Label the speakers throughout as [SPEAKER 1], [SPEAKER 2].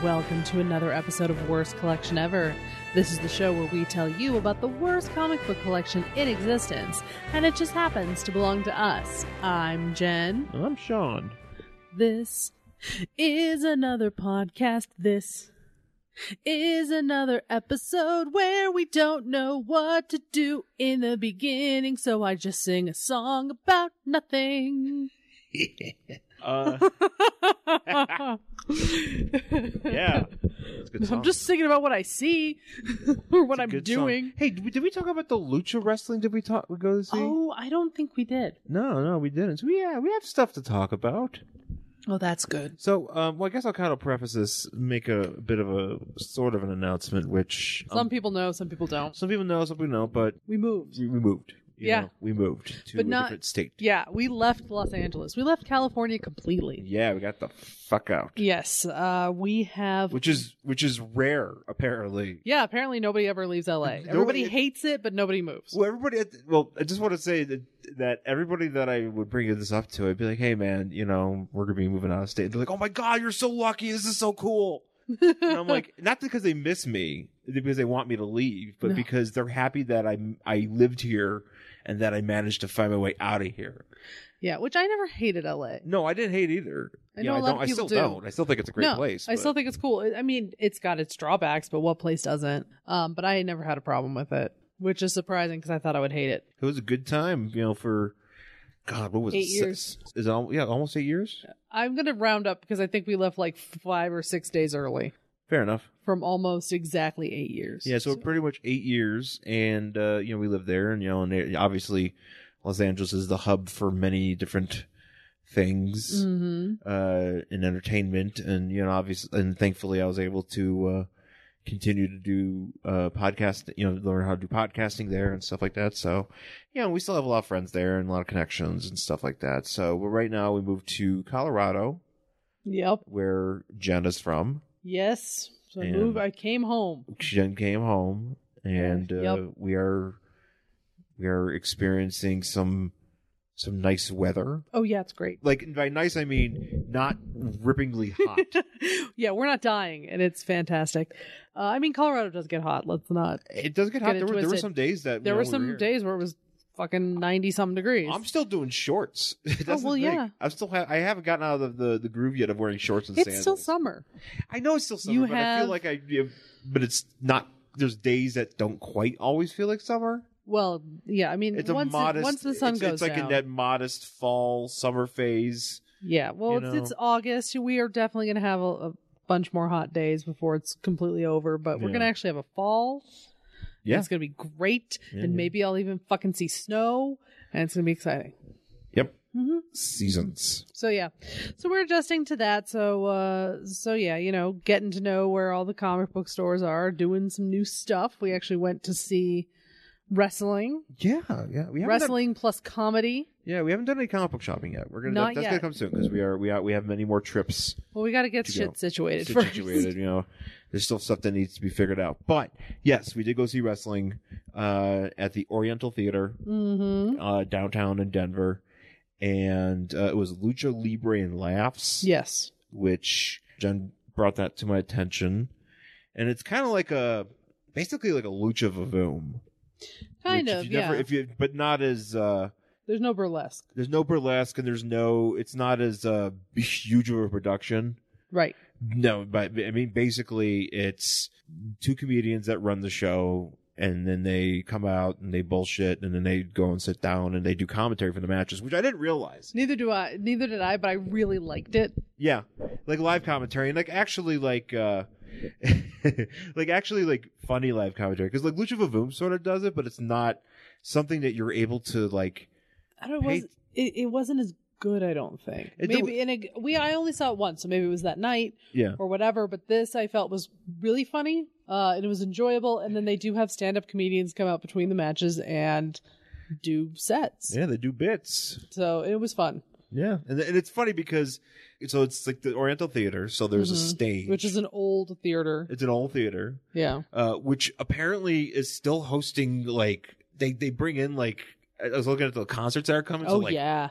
[SPEAKER 1] Welcome to another episode of Worst Collection Ever. This is the show where we tell you about the worst comic book collection in existence, and it just happens to belong to us. I'm Jen.
[SPEAKER 2] I'm Sean.
[SPEAKER 1] This is another podcast. This is another episode where we don't know what to do in the beginning, so I just sing a song about nothing.
[SPEAKER 2] Uh, yeah. It's a good
[SPEAKER 1] I'm
[SPEAKER 2] song.
[SPEAKER 1] just singing about what I see or what
[SPEAKER 2] Oh. It's a
[SPEAKER 1] I'm
[SPEAKER 2] good song.
[SPEAKER 1] doing.
[SPEAKER 2] Hey, did we, did we talk about the lucha wrestling? Did we talk? We go to see?
[SPEAKER 1] Oh, I don't think we did.
[SPEAKER 2] No, no, we didn't. So we- yeah, we have stuff to talk about.
[SPEAKER 1] Oh, that's good.
[SPEAKER 2] So, um, well, I guess I'll kind of preface this, make a bit of a sort of an announcement, which um,
[SPEAKER 1] Some people know, some people don't.
[SPEAKER 2] some people know, some people know, but
[SPEAKER 1] We moved.
[SPEAKER 2] we, we moved. You
[SPEAKER 1] Yeah.
[SPEAKER 2] know, we moved to
[SPEAKER 1] But
[SPEAKER 2] a
[SPEAKER 1] not-
[SPEAKER 2] different state.
[SPEAKER 1] Yeah, we left Los Angeles. We left California completely.
[SPEAKER 2] Yeah, we got the fuck out,
[SPEAKER 1] Yes, uh, we have.
[SPEAKER 2] which is which is rare apparently.
[SPEAKER 1] Yeah, apparently nobody ever leaves LA. Everybody hates it, but nobody moves.
[SPEAKER 2] Well, everybody. At the- well, I just want to say that, that everybody that I would bring this up to, I'd be like, "Hey, man, you know, we're gonna be moving out of state." They're like, "Oh my god, you're so lucky! This is so cool." and I'm like, not because they miss me, because they want me to leave, but
[SPEAKER 1] No.
[SPEAKER 2] because they're happy that I I lived here and that I managed to find my way out of here.
[SPEAKER 1] Yeah, which I never hated LA.
[SPEAKER 2] No, I didn't hate either.
[SPEAKER 1] I
[SPEAKER 2] You
[SPEAKER 1] know a
[SPEAKER 2] I
[SPEAKER 1] lot
[SPEAKER 2] don't.
[SPEAKER 1] of
[SPEAKER 2] I
[SPEAKER 1] people do.
[SPEAKER 2] still not I still think it's a great
[SPEAKER 1] no,
[SPEAKER 2] place.
[SPEAKER 1] I
[SPEAKER 2] but-
[SPEAKER 1] still think it's cool. I- I mean, it's got its drawbacks, but what place doesn't? Um, but I never had a problem with it, which is surprising because I thought I would hate it.
[SPEAKER 2] it was a good time. You know, for God, what was
[SPEAKER 1] Eight
[SPEAKER 2] it?
[SPEAKER 1] years.
[SPEAKER 2] Six- Is it al- yeah, almost eight years.
[SPEAKER 1] I'm gonna round up because I think we left like five or six days early
[SPEAKER 2] Fair enough.
[SPEAKER 1] from almost exactly eight years.
[SPEAKER 2] Yeah, so pretty much eight years, and uh, you know we lived there, and you know, and it- obviously, Los Angeles is the hub for many different things
[SPEAKER 1] Mm-hmm.
[SPEAKER 2] uh, in entertainment, and you know, obviously, and thankfully, I was able to uh, continue to do uh, podcast, you know, learn how to do podcasting there and stuff like that. So, you know, we still have a lot of friends there and a lot of connections and stuff like that. So, but right now, we moved to Colorado,
[SPEAKER 1] Yep.
[SPEAKER 2] where Jen is from.
[SPEAKER 1] Yes. So I
[SPEAKER 2] And-
[SPEAKER 1] move. I came home.
[SPEAKER 2] Jen came home, and uh,
[SPEAKER 1] Yep.
[SPEAKER 2] we are we are experiencing some some nice weather.
[SPEAKER 1] Oh yeah, it's great.
[SPEAKER 2] Like and by nice, I mean not rippingly hot.
[SPEAKER 1] yeah, we're not dying, and it's fantastic. Uh, I mean, Colorado does get hot. Let's not.
[SPEAKER 2] it does get hot.
[SPEAKER 1] Get it
[SPEAKER 2] there, were, there were
[SPEAKER 1] twisted.
[SPEAKER 2] some days that you
[SPEAKER 1] There
[SPEAKER 2] know,
[SPEAKER 1] were
[SPEAKER 2] we
[SPEAKER 1] some
[SPEAKER 2] here.
[SPEAKER 1] days where it was fucking ninety some degrees.
[SPEAKER 2] I'm still doing shorts. That's the
[SPEAKER 1] Oh, well,
[SPEAKER 2] thing.
[SPEAKER 1] yeah.
[SPEAKER 2] I'm still. Ha- I haven't gotten out of the, the groove yet of wearing shorts and
[SPEAKER 1] it's
[SPEAKER 2] sandals.
[SPEAKER 1] still summer.
[SPEAKER 2] I know it's still summer,
[SPEAKER 1] You
[SPEAKER 2] but I
[SPEAKER 1] have-
[SPEAKER 2] feel like I. yeah, But it's not. There's days that don't quite always feel like summer.
[SPEAKER 1] Well, yeah. I mean,
[SPEAKER 2] It's
[SPEAKER 1] once
[SPEAKER 2] a modest.
[SPEAKER 1] it, once the sun
[SPEAKER 2] it's,
[SPEAKER 1] goes
[SPEAKER 2] it's like
[SPEAKER 1] down.
[SPEAKER 2] in that modest fall summer phase.
[SPEAKER 1] yeah. Well,
[SPEAKER 2] you
[SPEAKER 1] it's, it's
[SPEAKER 2] know.
[SPEAKER 1] August. We are definitely gonna have a, a bunch more hot days before it's completely over. But we're
[SPEAKER 2] Yeah.
[SPEAKER 1] gonna actually have a fall. and
[SPEAKER 2] Yeah.
[SPEAKER 1] It's gonna be great,
[SPEAKER 2] Yeah,
[SPEAKER 1] and
[SPEAKER 2] yeah.
[SPEAKER 1] maybe I'll even fucking see snow, and it's gonna be exciting.
[SPEAKER 2] Yep.
[SPEAKER 1] hmm
[SPEAKER 2] Seasons.
[SPEAKER 1] So yeah. So we're adjusting to that. So uh so yeah, you know, getting to know where all the comic book stores are, doing some new stuff. We actually went to see wrestling.
[SPEAKER 2] Yeah, yeah. We haven't Done,
[SPEAKER 1] Wrestling plus comedy.
[SPEAKER 2] yeah, we haven't done any comic book shopping yet. We're gonna
[SPEAKER 1] Not
[SPEAKER 2] that, that's
[SPEAKER 1] yet.
[SPEAKER 2] gonna come soon because we are we are we have many more trips
[SPEAKER 1] Well, we got to get
[SPEAKER 2] To
[SPEAKER 1] shit
[SPEAKER 2] go.
[SPEAKER 1] situated first.
[SPEAKER 2] situated. You know, there's still stuff that needs to be figured out. But yes, we did go see wrestling uh, at the Oriental Theater
[SPEAKER 1] Mhm.
[SPEAKER 2] uh, downtown in Denver, and uh, it was Lucha Libre and Laughs,
[SPEAKER 1] Yes.
[SPEAKER 2] which Jen brought that to my attention, and it's kind of like a basically like a Lucha Vavoom.
[SPEAKER 1] Kind
[SPEAKER 2] which
[SPEAKER 1] of.
[SPEAKER 2] if you
[SPEAKER 1] Yeah.
[SPEAKER 2] never, if you but not as. Uh,
[SPEAKER 1] There's no burlesque.
[SPEAKER 2] there's no burlesque and there's no it's not as uh huge of a production
[SPEAKER 1] Right.
[SPEAKER 2] no but i mean basically it's two comedians that run the show and then they come out and they bullshit and then they go and sit down and they do commentary for the matches which i didn't realize
[SPEAKER 1] Neither do I. Neither did I, but I really liked it.
[SPEAKER 2] yeah like live commentary and like actually like uh like actually like funny live commentary because like lucha vavoom sort of does it but it's not something that you're able to like
[SPEAKER 1] I don't know. It,
[SPEAKER 2] Hey.
[SPEAKER 1] was, it, it wasn't as good, I don't think.
[SPEAKER 2] It-
[SPEAKER 1] maybe and it, we I only saw it once, so maybe it was that night.
[SPEAKER 2] yeah
[SPEAKER 1] or whatever. But this I felt was really funny. Uh, and it was enjoyable. And then they do have stand up comedians come out between the matches and do sets.
[SPEAKER 2] yeah they do bits
[SPEAKER 1] So it was fun,
[SPEAKER 2] Yeah, and, and it's funny because so it's like the Oriental Theater. So there's a
[SPEAKER 1] Mhm.
[SPEAKER 2] stage,
[SPEAKER 1] which is an old theater.
[SPEAKER 2] it's an old theater,
[SPEAKER 1] Yeah.
[SPEAKER 2] uh, which apparently is still hosting. Like they they bring in like I was looking at the concerts that are coming. so
[SPEAKER 1] oh
[SPEAKER 2] like
[SPEAKER 1] yeah,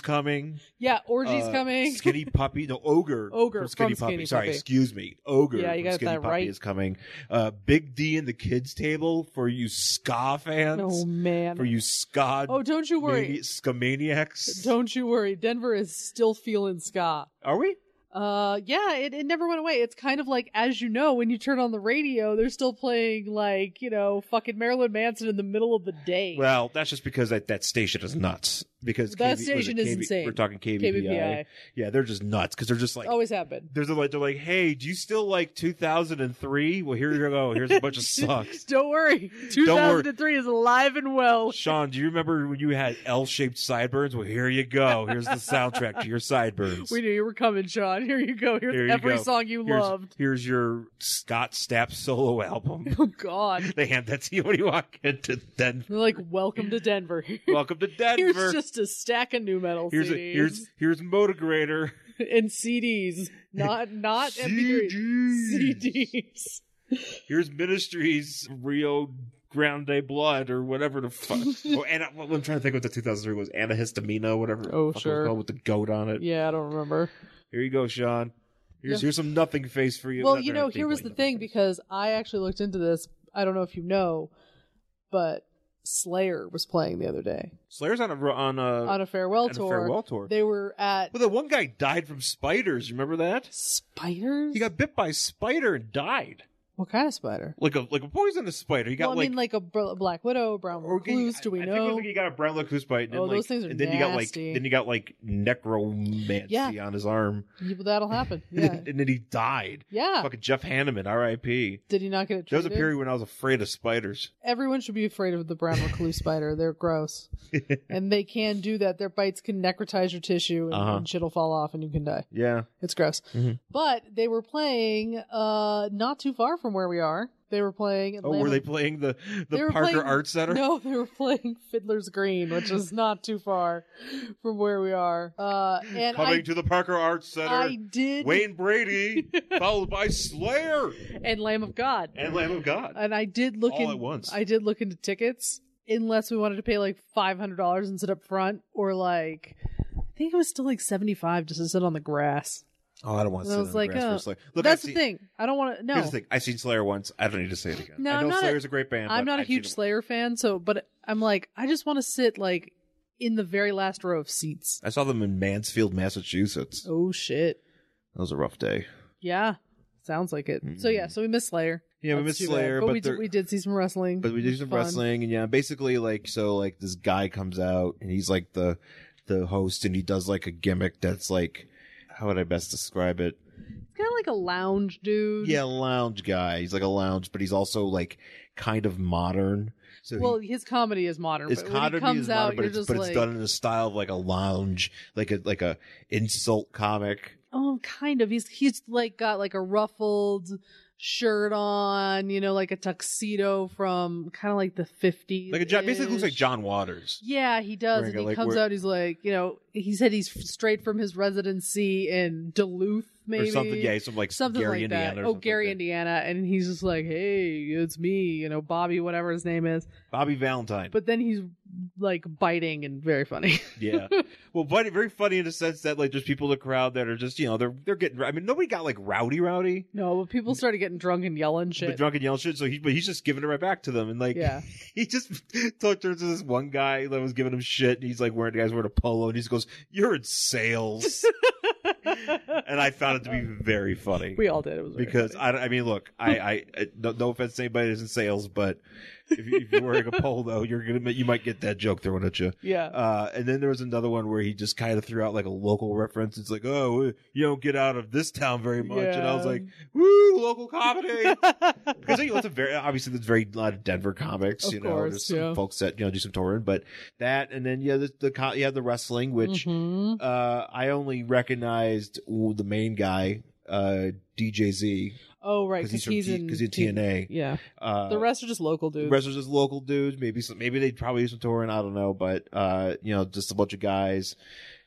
[SPEAKER 2] coming.
[SPEAKER 1] yeah. Orgies
[SPEAKER 2] uh,
[SPEAKER 1] coming.
[SPEAKER 2] Skinny Puppy, no ogre.
[SPEAKER 1] Ogre from
[SPEAKER 2] Puppy.
[SPEAKER 1] Skinny
[SPEAKER 2] Sorry,
[SPEAKER 1] Puppy.
[SPEAKER 2] excuse me. Ogre.
[SPEAKER 1] Yeah, you
[SPEAKER 2] from
[SPEAKER 1] got
[SPEAKER 2] Skinny
[SPEAKER 1] that
[SPEAKER 2] Puppy
[SPEAKER 1] right.
[SPEAKER 2] is coming. Uh, Big D and the Kids Table for you ska fans.
[SPEAKER 1] oh man.
[SPEAKER 2] For you ska.
[SPEAKER 1] oh, don't you worry.
[SPEAKER 2] mani- ska maniacs.
[SPEAKER 1] Don't you worry. Denver is still feeling ska.
[SPEAKER 2] Are we?
[SPEAKER 1] Uh, yeah, it, it never went away. It's kind of like, as you know, when you turn on the radio, they're still playing like, you know, fucking Marilyn Manson in the middle of the day.
[SPEAKER 2] Well, that's just because that, that station is nuts. Because
[SPEAKER 1] That
[SPEAKER 2] KV was it
[SPEAKER 1] station is insane.
[SPEAKER 2] We're talking KBBI.
[SPEAKER 1] KBBI.
[SPEAKER 2] Yeah, they're just nuts because they're just like
[SPEAKER 1] Always happened.
[SPEAKER 2] there's a, like they're like, hey, do you still like 2003? Well, here you go. Here's a bunch of sucks.
[SPEAKER 1] Don't worry.
[SPEAKER 2] worry.
[SPEAKER 1] 2003 is alive and well.
[SPEAKER 2] Sean, do you remember when you had L-shaped sideburns? Well, here you go. Here's the soundtrack to your sideburns.
[SPEAKER 1] We knew you were coming, Sean. Here you go. Here's
[SPEAKER 2] Here you
[SPEAKER 1] every
[SPEAKER 2] go.
[SPEAKER 1] song you
[SPEAKER 2] here's,
[SPEAKER 1] loved.
[SPEAKER 2] Here's your Scott Stapp solo album.
[SPEAKER 1] Oh, God.
[SPEAKER 2] they hand that to you when you walk into Denver.
[SPEAKER 1] They're like, welcome to Denver.
[SPEAKER 2] Welcome to Denver.
[SPEAKER 1] Here's just a stack of new metal
[SPEAKER 2] here's,
[SPEAKER 1] CDs
[SPEAKER 2] a, here's here's Motigrator.
[SPEAKER 1] and CDs, not not MP3s. CDs.
[SPEAKER 2] Here's Ministries Rio Grande Blood or whatever the fuck. oh, and I, am trying to think what the 2003 was. Antihistamine, whatever. the
[SPEAKER 1] Oh,
[SPEAKER 2] fuck it was
[SPEAKER 1] sure.
[SPEAKER 2] called with the goat on it.
[SPEAKER 1] Yeah, I don't remember.
[SPEAKER 2] Here you go, Sean. Here's
[SPEAKER 1] Yeah.
[SPEAKER 2] here's some nothing face for you.
[SPEAKER 1] Well,
[SPEAKER 2] Not
[SPEAKER 1] you
[SPEAKER 2] very
[SPEAKER 1] know, here was the
[SPEAKER 2] deeply
[SPEAKER 1] thing
[SPEAKER 2] nothing face.
[SPEAKER 1] because I actually looked into this. I don't know if you know, but Slayer was playing the other day
[SPEAKER 2] Slayer's on a on a,
[SPEAKER 1] on a farewell
[SPEAKER 2] on Uh, a
[SPEAKER 1] tour.
[SPEAKER 2] farewell tour.
[SPEAKER 1] They were at
[SPEAKER 2] well, the one guy died from spiders. Remember that?
[SPEAKER 1] spiders.
[SPEAKER 2] He got bit by a spider and died,
[SPEAKER 1] what kind of spider?
[SPEAKER 2] like a like a poisonous spider. He got
[SPEAKER 1] well, I
[SPEAKER 2] like
[SPEAKER 1] mean, like a br- black widow, brown
[SPEAKER 2] Or get-
[SPEAKER 1] recluse. Do we
[SPEAKER 2] I, I think it
[SPEAKER 1] know?
[SPEAKER 2] was like he got a brown recluse bite. And
[SPEAKER 1] Oh,
[SPEAKER 2] then, like,
[SPEAKER 1] those things are
[SPEAKER 2] And then you got like
[SPEAKER 1] nasty.
[SPEAKER 2] then you got like necromancy
[SPEAKER 1] Yeah.
[SPEAKER 2] on his arm,
[SPEAKER 1] Yeah, but That'll happen. Yeah,
[SPEAKER 2] and then he died.
[SPEAKER 1] yeah.
[SPEAKER 2] Fucking Jeff Hanneman, R.I.P.
[SPEAKER 1] Did he not get it
[SPEAKER 2] There was
[SPEAKER 1] treated?
[SPEAKER 2] a period when I was afraid of spiders.
[SPEAKER 1] Everyone should be afraid of the brown recluse spider. They're gross, and they can do that. Their bites can necrotize your tissue, and,
[SPEAKER 2] Uh-huh.
[SPEAKER 1] and shit will fall off, and you can die.
[SPEAKER 2] Yeah,
[SPEAKER 1] It's gross.
[SPEAKER 2] Mhm.
[SPEAKER 1] But they were playing uh not too far from where we are. They were playing
[SPEAKER 2] Oh,
[SPEAKER 1] Atlanta-
[SPEAKER 2] were they playing the the
[SPEAKER 1] They were
[SPEAKER 2] Parker
[SPEAKER 1] playing-
[SPEAKER 2] Art Center?
[SPEAKER 1] No, they were playing Fiddler's Green, which is not too far from where we are. Uh and
[SPEAKER 2] Coming
[SPEAKER 1] I,
[SPEAKER 2] to the Parker Arts Center,
[SPEAKER 1] I did
[SPEAKER 2] Wayne Brady, followed by Slayer
[SPEAKER 1] and Lamb of God.
[SPEAKER 2] and Lamb of God.
[SPEAKER 1] And I did look
[SPEAKER 2] All
[SPEAKER 1] in-
[SPEAKER 2] at once.
[SPEAKER 1] I did look into tickets unless we wanted to pay like $500 and sit up front or like I think it was still like 75 just to sit on the grass.
[SPEAKER 2] oh, I don't want
[SPEAKER 1] And I was like, oh,
[SPEAKER 2] Look,
[SPEAKER 1] That's
[SPEAKER 2] I've
[SPEAKER 1] the
[SPEAKER 2] seen-
[SPEAKER 1] thing. I don't want to no.
[SPEAKER 2] Here's the thing. I've seen Slayer once. I don't need to say it again.
[SPEAKER 1] No,
[SPEAKER 2] I
[SPEAKER 1] I'm
[SPEAKER 2] know
[SPEAKER 1] not a-
[SPEAKER 2] Slayer's a great band.
[SPEAKER 1] I'm
[SPEAKER 2] but
[SPEAKER 1] not a
[SPEAKER 2] I've seen
[SPEAKER 1] huge
[SPEAKER 2] them-
[SPEAKER 1] Slayer fan, so but I'm like, I just want to sit like in the very last row of seats.
[SPEAKER 2] I saw them in Mansfield, Massachusetts.
[SPEAKER 1] Oh shit.
[SPEAKER 2] That was a rough day.
[SPEAKER 1] Yeah. Sounds like it. So yeah, so we missed Slayer.
[SPEAKER 2] Hmm. Yeah, we
[SPEAKER 1] That's
[SPEAKER 2] missed
[SPEAKER 1] too bad.
[SPEAKER 2] Slayer,
[SPEAKER 1] but,
[SPEAKER 2] but,
[SPEAKER 1] we
[SPEAKER 2] there-
[SPEAKER 1] did we did see some wrestling.
[SPEAKER 2] but we
[SPEAKER 1] It
[SPEAKER 2] did
[SPEAKER 1] was
[SPEAKER 2] some
[SPEAKER 1] fun.
[SPEAKER 2] wrestling, and yeah, basically like so like this guy comes out and he's like the the host, and he does like a gimmick that's like how would I best describe it?
[SPEAKER 1] It's kinda like a lounge dude.
[SPEAKER 2] Yeah, lounge guy. He's like a lounge, but he's also like kind of modern. So he-
[SPEAKER 1] Well, his comedy is modern,
[SPEAKER 2] It's
[SPEAKER 1] but when he
[SPEAKER 2] comedy
[SPEAKER 1] comes
[SPEAKER 2] is
[SPEAKER 1] out,
[SPEAKER 2] modern, but
[SPEAKER 1] you're
[SPEAKER 2] it's,
[SPEAKER 1] just
[SPEAKER 2] but
[SPEAKER 1] like,
[SPEAKER 2] it's done in the style of like a lounge, like a like a insult comic.
[SPEAKER 1] oh, kind of. He's he's like got like a ruffled shirt on, you know, like a tuxedo from kind of like the 50s.
[SPEAKER 2] Like a John, basically looks like John Waters.
[SPEAKER 1] Yeah, he does.
[SPEAKER 2] Wearing
[SPEAKER 1] And
[SPEAKER 2] a,
[SPEAKER 1] he
[SPEAKER 2] like,
[SPEAKER 1] comes
[SPEAKER 2] wear-
[SPEAKER 1] out, he's like, you know, he said he's f- straight from his residency in Duluth, maybe.
[SPEAKER 2] Or something, yeah, some like
[SPEAKER 1] Something
[SPEAKER 2] Gary,
[SPEAKER 1] like
[SPEAKER 2] Indiana.
[SPEAKER 1] that.
[SPEAKER 2] or
[SPEAKER 1] Oh,
[SPEAKER 2] something
[SPEAKER 1] Gary,
[SPEAKER 2] like that.
[SPEAKER 1] Indiana. And he's just like, hey, it's me, you know, Bobby, whatever his name is.
[SPEAKER 2] Bobby Valentine.
[SPEAKER 1] But then he's like biting and very funny.
[SPEAKER 2] Yeah. Well, funny, very funny in the sense that like there's people in the crowd that are just you know they're they're getting. I mean, nobody got like rowdy rowdy.
[SPEAKER 1] no, but people started getting drunk and yelling
[SPEAKER 2] The
[SPEAKER 1] shit.
[SPEAKER 2] drunken yell shit. So he, but he's just giving it right back to them, and like
[SPEAKER 1] yeah.
[SPEAKER 2] he just talked turns to this one guy that was giving him shit, and he's like wearing the guy's wearing a polo, and he just goes, "You're in sales," and I found it to be very funny
[SPEAKER 1] we all did. It was very
[SPEAKER 2] because
[SPEAKER 1] funny.
[SPEAKER 2] I, I mean, look, I, I I- no, no offense to anybody that's in sales, but if, you, if you're wearing a polo, you're gonna you might get that joke thrown at you.
[SPEAKER 1] yeah.
[SPEAKER 2] Uh, and then there was another one where he just kind of threw out like a local reference. It's like, oh, you don't get out of this town very much. And I was
[SPEAKER 1] Yeah.
[SPEAKER 2] like, woo, local comedy. Because you know, it's a very obviously there's very lot of Denver comics,
[SPEAKER 1] Of
[SPEAKER 2] you know,
[SPEAKER 1] course,
[SPEAKER 2] there's some
[SPEAKER 1] yeah.
[SPEAKER 2] folks that you know do some touring, but that and then yeah, the, the co- yeah the wrestling, which
[SPEAKER 1] Mhm.
[SPEAKER 2] uh, I only recognized ooh, the main guy, uh, DJZ,
[SPEAKER 1] Oh, right.
[SPEAKER 2] because he's from T-
[SPEAKER 1] in,
[SPEAKER 2] 'cause he's in
[SPEAKER 1] T-
[SPEAKER 2] TNA.
[SPEAKER 1] Yeah.
[SPEAKER 2] Uh,
[SPEAKER 1] The rest are just local
[SPEAKER 2] the
[SPEAKER 1] dudes.
[SPEAKER 2] rest was just local dudes. Maybe some, maybe they probably do some touring. I don't know, but uh, you know, just a bunch of guys,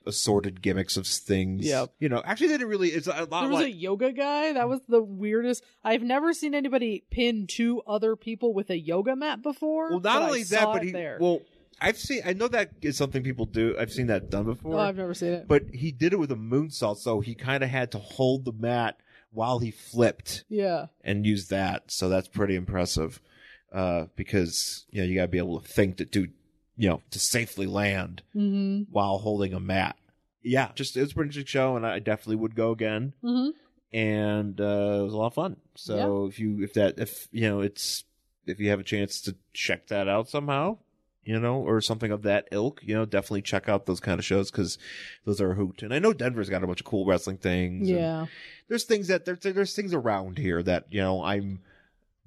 [SPEAKER 2] assorted gimmicks of things.
[SPEAKER 1] Yep.
[SPEAKER 2] You know, actually, they didn't really. It's a lot
[SPEAKER 1] There was a
[SPEAKER 2] Uh, like
[SPEAKER 1] yoga guy. That was the weirdest. I've never seen anybody pin two other people with a yoga mat before.
[SPEAKER 2] well, not
[SPEAKER 1] but I
[SPEAKER 2] only
[SPEAKER 1] saw
[SPEAKER 2] that, but
[SPEAKER 1] it
[SPEAKER 2] he
[SPEAKER 1] there.
[SPEAKER 2] well. I've seen. I know that is something people do. I've seen that done before.
[SPEAKER 1] Oh, I've never seen it.
[SPEAKER 2] but he did it with a moonsault, so he kind of had to hold the mat while he flipped
[SPEAKER 1] yeah.
[SPEAKER 2] and use that. So that's pretty impressive, uh, because you know you got to be able to think to do, you know, to safely land
[SPEAKER 1] Mm
[SPEAKER 2] while holding a mat. Yeah, just it was a pretty interesting show, and I definitely would go again.
[SPEAKER 1] hmm. Mm
[SPEAKER 2] And uh, it was a lot of fun. So if you if that if you know it's if you have a chance to check that out somehow, you know, or something of that ilk, you know, definitely check out those kind of shows because those are a hoot. And I know Denver's got a bunch of cool wrestling
[SPEAKER 1] hmm.
[SPEAKER 2] things. and
[SPEAKER 1] Yeah.
[SPEAKER 2] there's things that there, there's things around here that you know I'm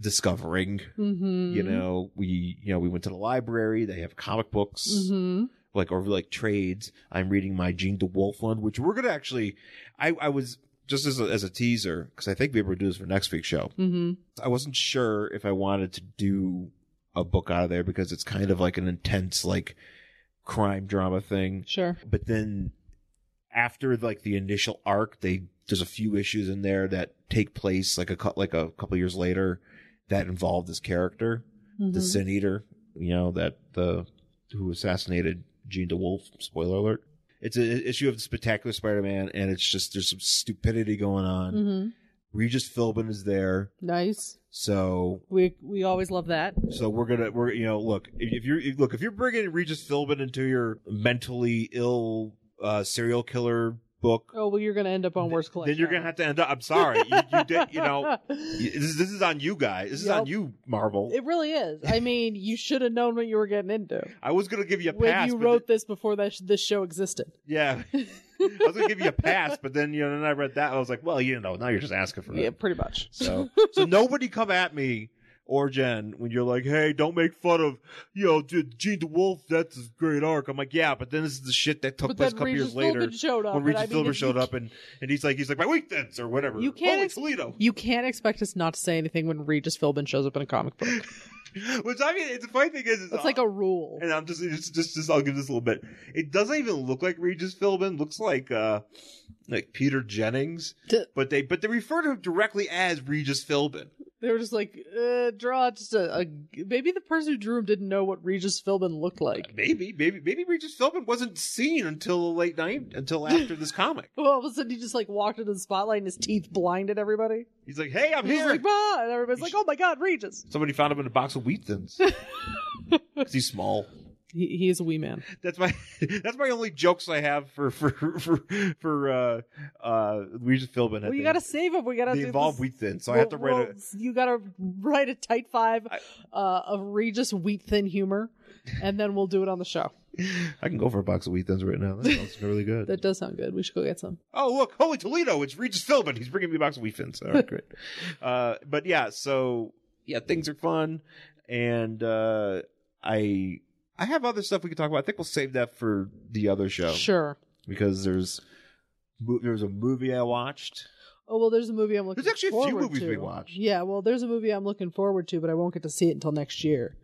[SPEAKER 2] discovering.
[SPEAKER 1] Mm hmm.
[SPEAKER 2] You know, we you know we went to the library. They have comic books
[SPEAKER 1] Mm-hmm.
[SPEAKER 2] like or like trades. I'm reading my Gene DeWolf one, which we're gonna actually. I I was just as a, as a teaser because I think we were gonna do this for next week's show.
[SPEAKER 1] Mm-hmm.
[SPEAKER 2] I wasn't sure if I wanted to do a book out of there because it's kind of like an intense like crime drama thing.
[SPEAKER 1] Sure.
[SPEAKER 2] But then after like the initial arc, they there's a few issues in there that take place like a cou- like a couple years later that involve this character the
[SPEAKER 1] Mhm.
[SPEAKER 2] Sin Eater, you know, that the who assassinated Gene DeWolf, spoiler alert. It's an issue of the Spectacular Spider-Man, and it's just there's some stupidity going on.
[SPEAKER 1] Mhm.
[SPEAKER 2] Regis Philbin is there,
[SPEAKER 1] Nice.
[SPEAKER 2] so
[SPEAKER 1] We we always love that.
[SPEAKER 2] so we're gonna we're you know look if if you're if- look if you're bringing Regis Philbin into your mentally ill uh, serial killer book,
[SPEAKER 1] Oh well, you're gonna end up on worst collection.
[SPEAKER 2] then you're gonna have to end up. I'm sorry, you, you did you know. y- This is, this is on you guys. This is on
[SPEAKER 1] Yep.
[SPEAKER 2] you, Marvel.
[SPEAKER 1] It really is. I mean, you should have known what you were getting into
[SPEAKER 2] I was gonna give you a
[SPEAKER 1] when
[SPEAKER 2] pass.
[SPEAKER 1] you
[SPEAKER 2] but
[SPEAKER 1] wrote this before that sh- this show existed.
[SPEAKER 2] Yeah. I was gonna give you a pass, but then you know, then I read that and I was like, well, you know, now you're just asking for
[SPEAKER 1] Yeah,
[SPEAKER 2] it.
[SPEAKER 1] pretty much.
[SPEAKER 2] So, so nobody come at me or Jen when you're like, hey, don't make fun of you know, dude, Gene DeWolf. That's a great arc. I'm like, yeah, but then this is the shit that took
[SPEAKER 1] but
[SPEAKER 2] place a
[SPEAKER 1] then
[SPEAKER 2] couple
[SPEAKER 1] Regis
[SPEAKER 2] years later
[SPEAKER 1] Philbin showed up.
[SPEAKER 2] when
[SPEAKER 1] and I
[SPEAKER 2] Regis
[SPEAKER 1] mean,
[SPEAKER 2] Silver
[SPEAKER 1] if
[SPEAKER 2] showed
[SPEAKER 1] you,
[SPEAKER 2] up and and he's like, he's like my weekends or whatever.
[SPEAKER 1] You can't
[SPEAKER 2] Holy
[SPEAKER 1] ex-
[SPEAKER 2] Toledo.
[SPEAKER 1] You can't expect us not to say anything when Regis Philbin shows up in a comic book.
[SPEAKER 2] Which I mean, it's the funny thing is, is
[SPEAKER 1] That's like a rule.
[SPEAKER 2] and I'm just, it's just, just, I'll give this a little bit. It doesn't even look like Regis Philbin. Looks like, uh, like Peter Jennings.
[SPEAKER 1] D-
[SPEAKER 2] But they, but they refer to him directly as Regis Philbin.
[SPEAKER 1] They were just like, uh, draw just a, a. Maybe the person who drew him didn't know what Regis Philbin looked like.
[SPEAKER 2] Maybe, maybe, maybe Regis Philbin wasn't seen until the late night, until after this comic.
[SPEAKER 1] Well, all of a sudden he just like walked into the spotlight and his teeth blinded everybody.
[SPEAKER 2] He's like, hey, I'm
[SPEAKER 1] He's
[SPEAKER 2] here.
[SPEAKER 1] like, ah, and everybody's like, oh my god, Regis.
[SPEAKER 2] Somebody found him in a box of wheat thins. 'Cause he's small.
[SPEAKER 1] He, he is a wee man.
[SPEAKER 2] That's my that's my only jokes I have for for for for uh uh Regis Philbin. I
[SPEAKER 1] Well, you
[SPEAKER 2] think.
[SPEAKER 1] gotta save him. We gotta
[SPEAKER 2] they
[SPEAKER 1] do
[SPEAKER 2] involve
[SPEAKER 1] this-
[SPEAKER 2] wheat thins, so I have to write
[SPEAKER 1] well,
[SPEAKER 2] a
[SPEAKER 1] You gotta write a tight five
[SPEAKER 2] I-
[SPEAKER 1] uh, of Regis wheat thin humor, and then we'll do it on the show.
[SPEAKER 2] I can go for a box of wheat thins right now. That sounds really good.
[SPEAKER 1] That does sound good. We should go get some.
[SPEAKER 2] oh, look, holy Toledo! It's Regis Philbin. He's bringing me a box of wheat thins. All right, great. Uh, but yeah, so yeah, things are fun, and uh, I I have other stuff we could talk about. I think we'll save that for the other show
[SPEAKER 1] Sure.
[SPEAKER 2] because there's mo- there was a movie I watched.
[SPEAKER 1] Oh well, there's a movie I'm looking.
[SPEAKER 2] There's actually a few
[SPEAKER 1] forward
[SPEAKER 2] movies
[SPEAKER 1] to.
[SPEAKER 2] we watched.
[SPEAKER 1] Yeah, well, there's a movie I'm looking forward to, but I won't get to see it until next year.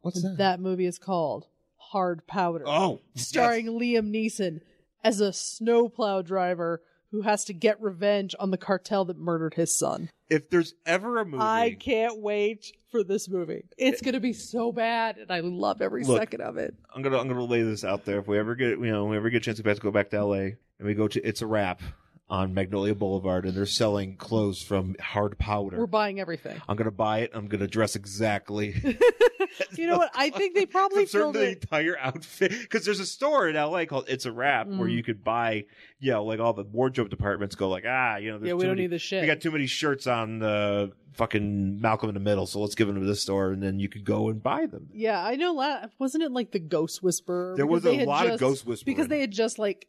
[SPEAKER 2] What's
[SPEAKER 1] That movie is called Hard Powder,
[SPEAKER 2] Oh,
[SPEAKER 1] starring Liam Neeson as a snowplow driver who has to get revenge on the cartel that murdered his son.
[SPEAKER 2] yes. If there's ever a movie,
[SPEAKER 1] I can't wait for this movie. It's going to be so bad, and I love every
[SPEAKER 2] Look,
[SPEAKER 1] second of it.
[SPEAKER 2] I'm gonna I'm gonna lay this out there. If we ever get you know, we ever get a chance to go back to go back to LA and we go to It's a Wrap on Magnolia Boulevard and they're selling clothes from hard
[SPEAKER 1] We're
[SPEAKER 2] powder.
[SPEAKER 1] buying everything.
[SPEAKER 2] I'm gonna buy it. I'm gonna dress exactly
[SPEAKER 1] You know what? I think they probably
[SPEAKER 2] from certain
[SPEAKER 1] filmed
[SPEAKER 2] the
[SPEAKER 1] it.
[SPEAKER 2] entire outfit because there's a store in LA called It's a Wrap where
[SPEAKER 1] Mm.
[SPEAKER 2] you could buy, you know, like all the wardrobe departments go like ah, you know, there's
[SPEAKER 1] Yeah, we
[SPEAKER 2] too
[SPEAKER 1] don't
[SPEAKER 2] many,
[SPEAKER 1] need the shit.
[SPEAKER 2] we got too many shirts on the fucking Malcolm in the Middle, so let's give them to this store and then you could go and buy them.
[SPEAKER 1] yeah, I know. La- wasn't it like the Ghost Whisperer?
[SPEAKER 2] There
[SPEAKER 1] Because
[SPEAKER 2] was a
[SPEAKER 1] they had
[SPEAKER 2] lot of
[SPEAKER 1] just-
[SPEAKER 2] Ghost Whisperer.
[SPEAKER 1] because they had just like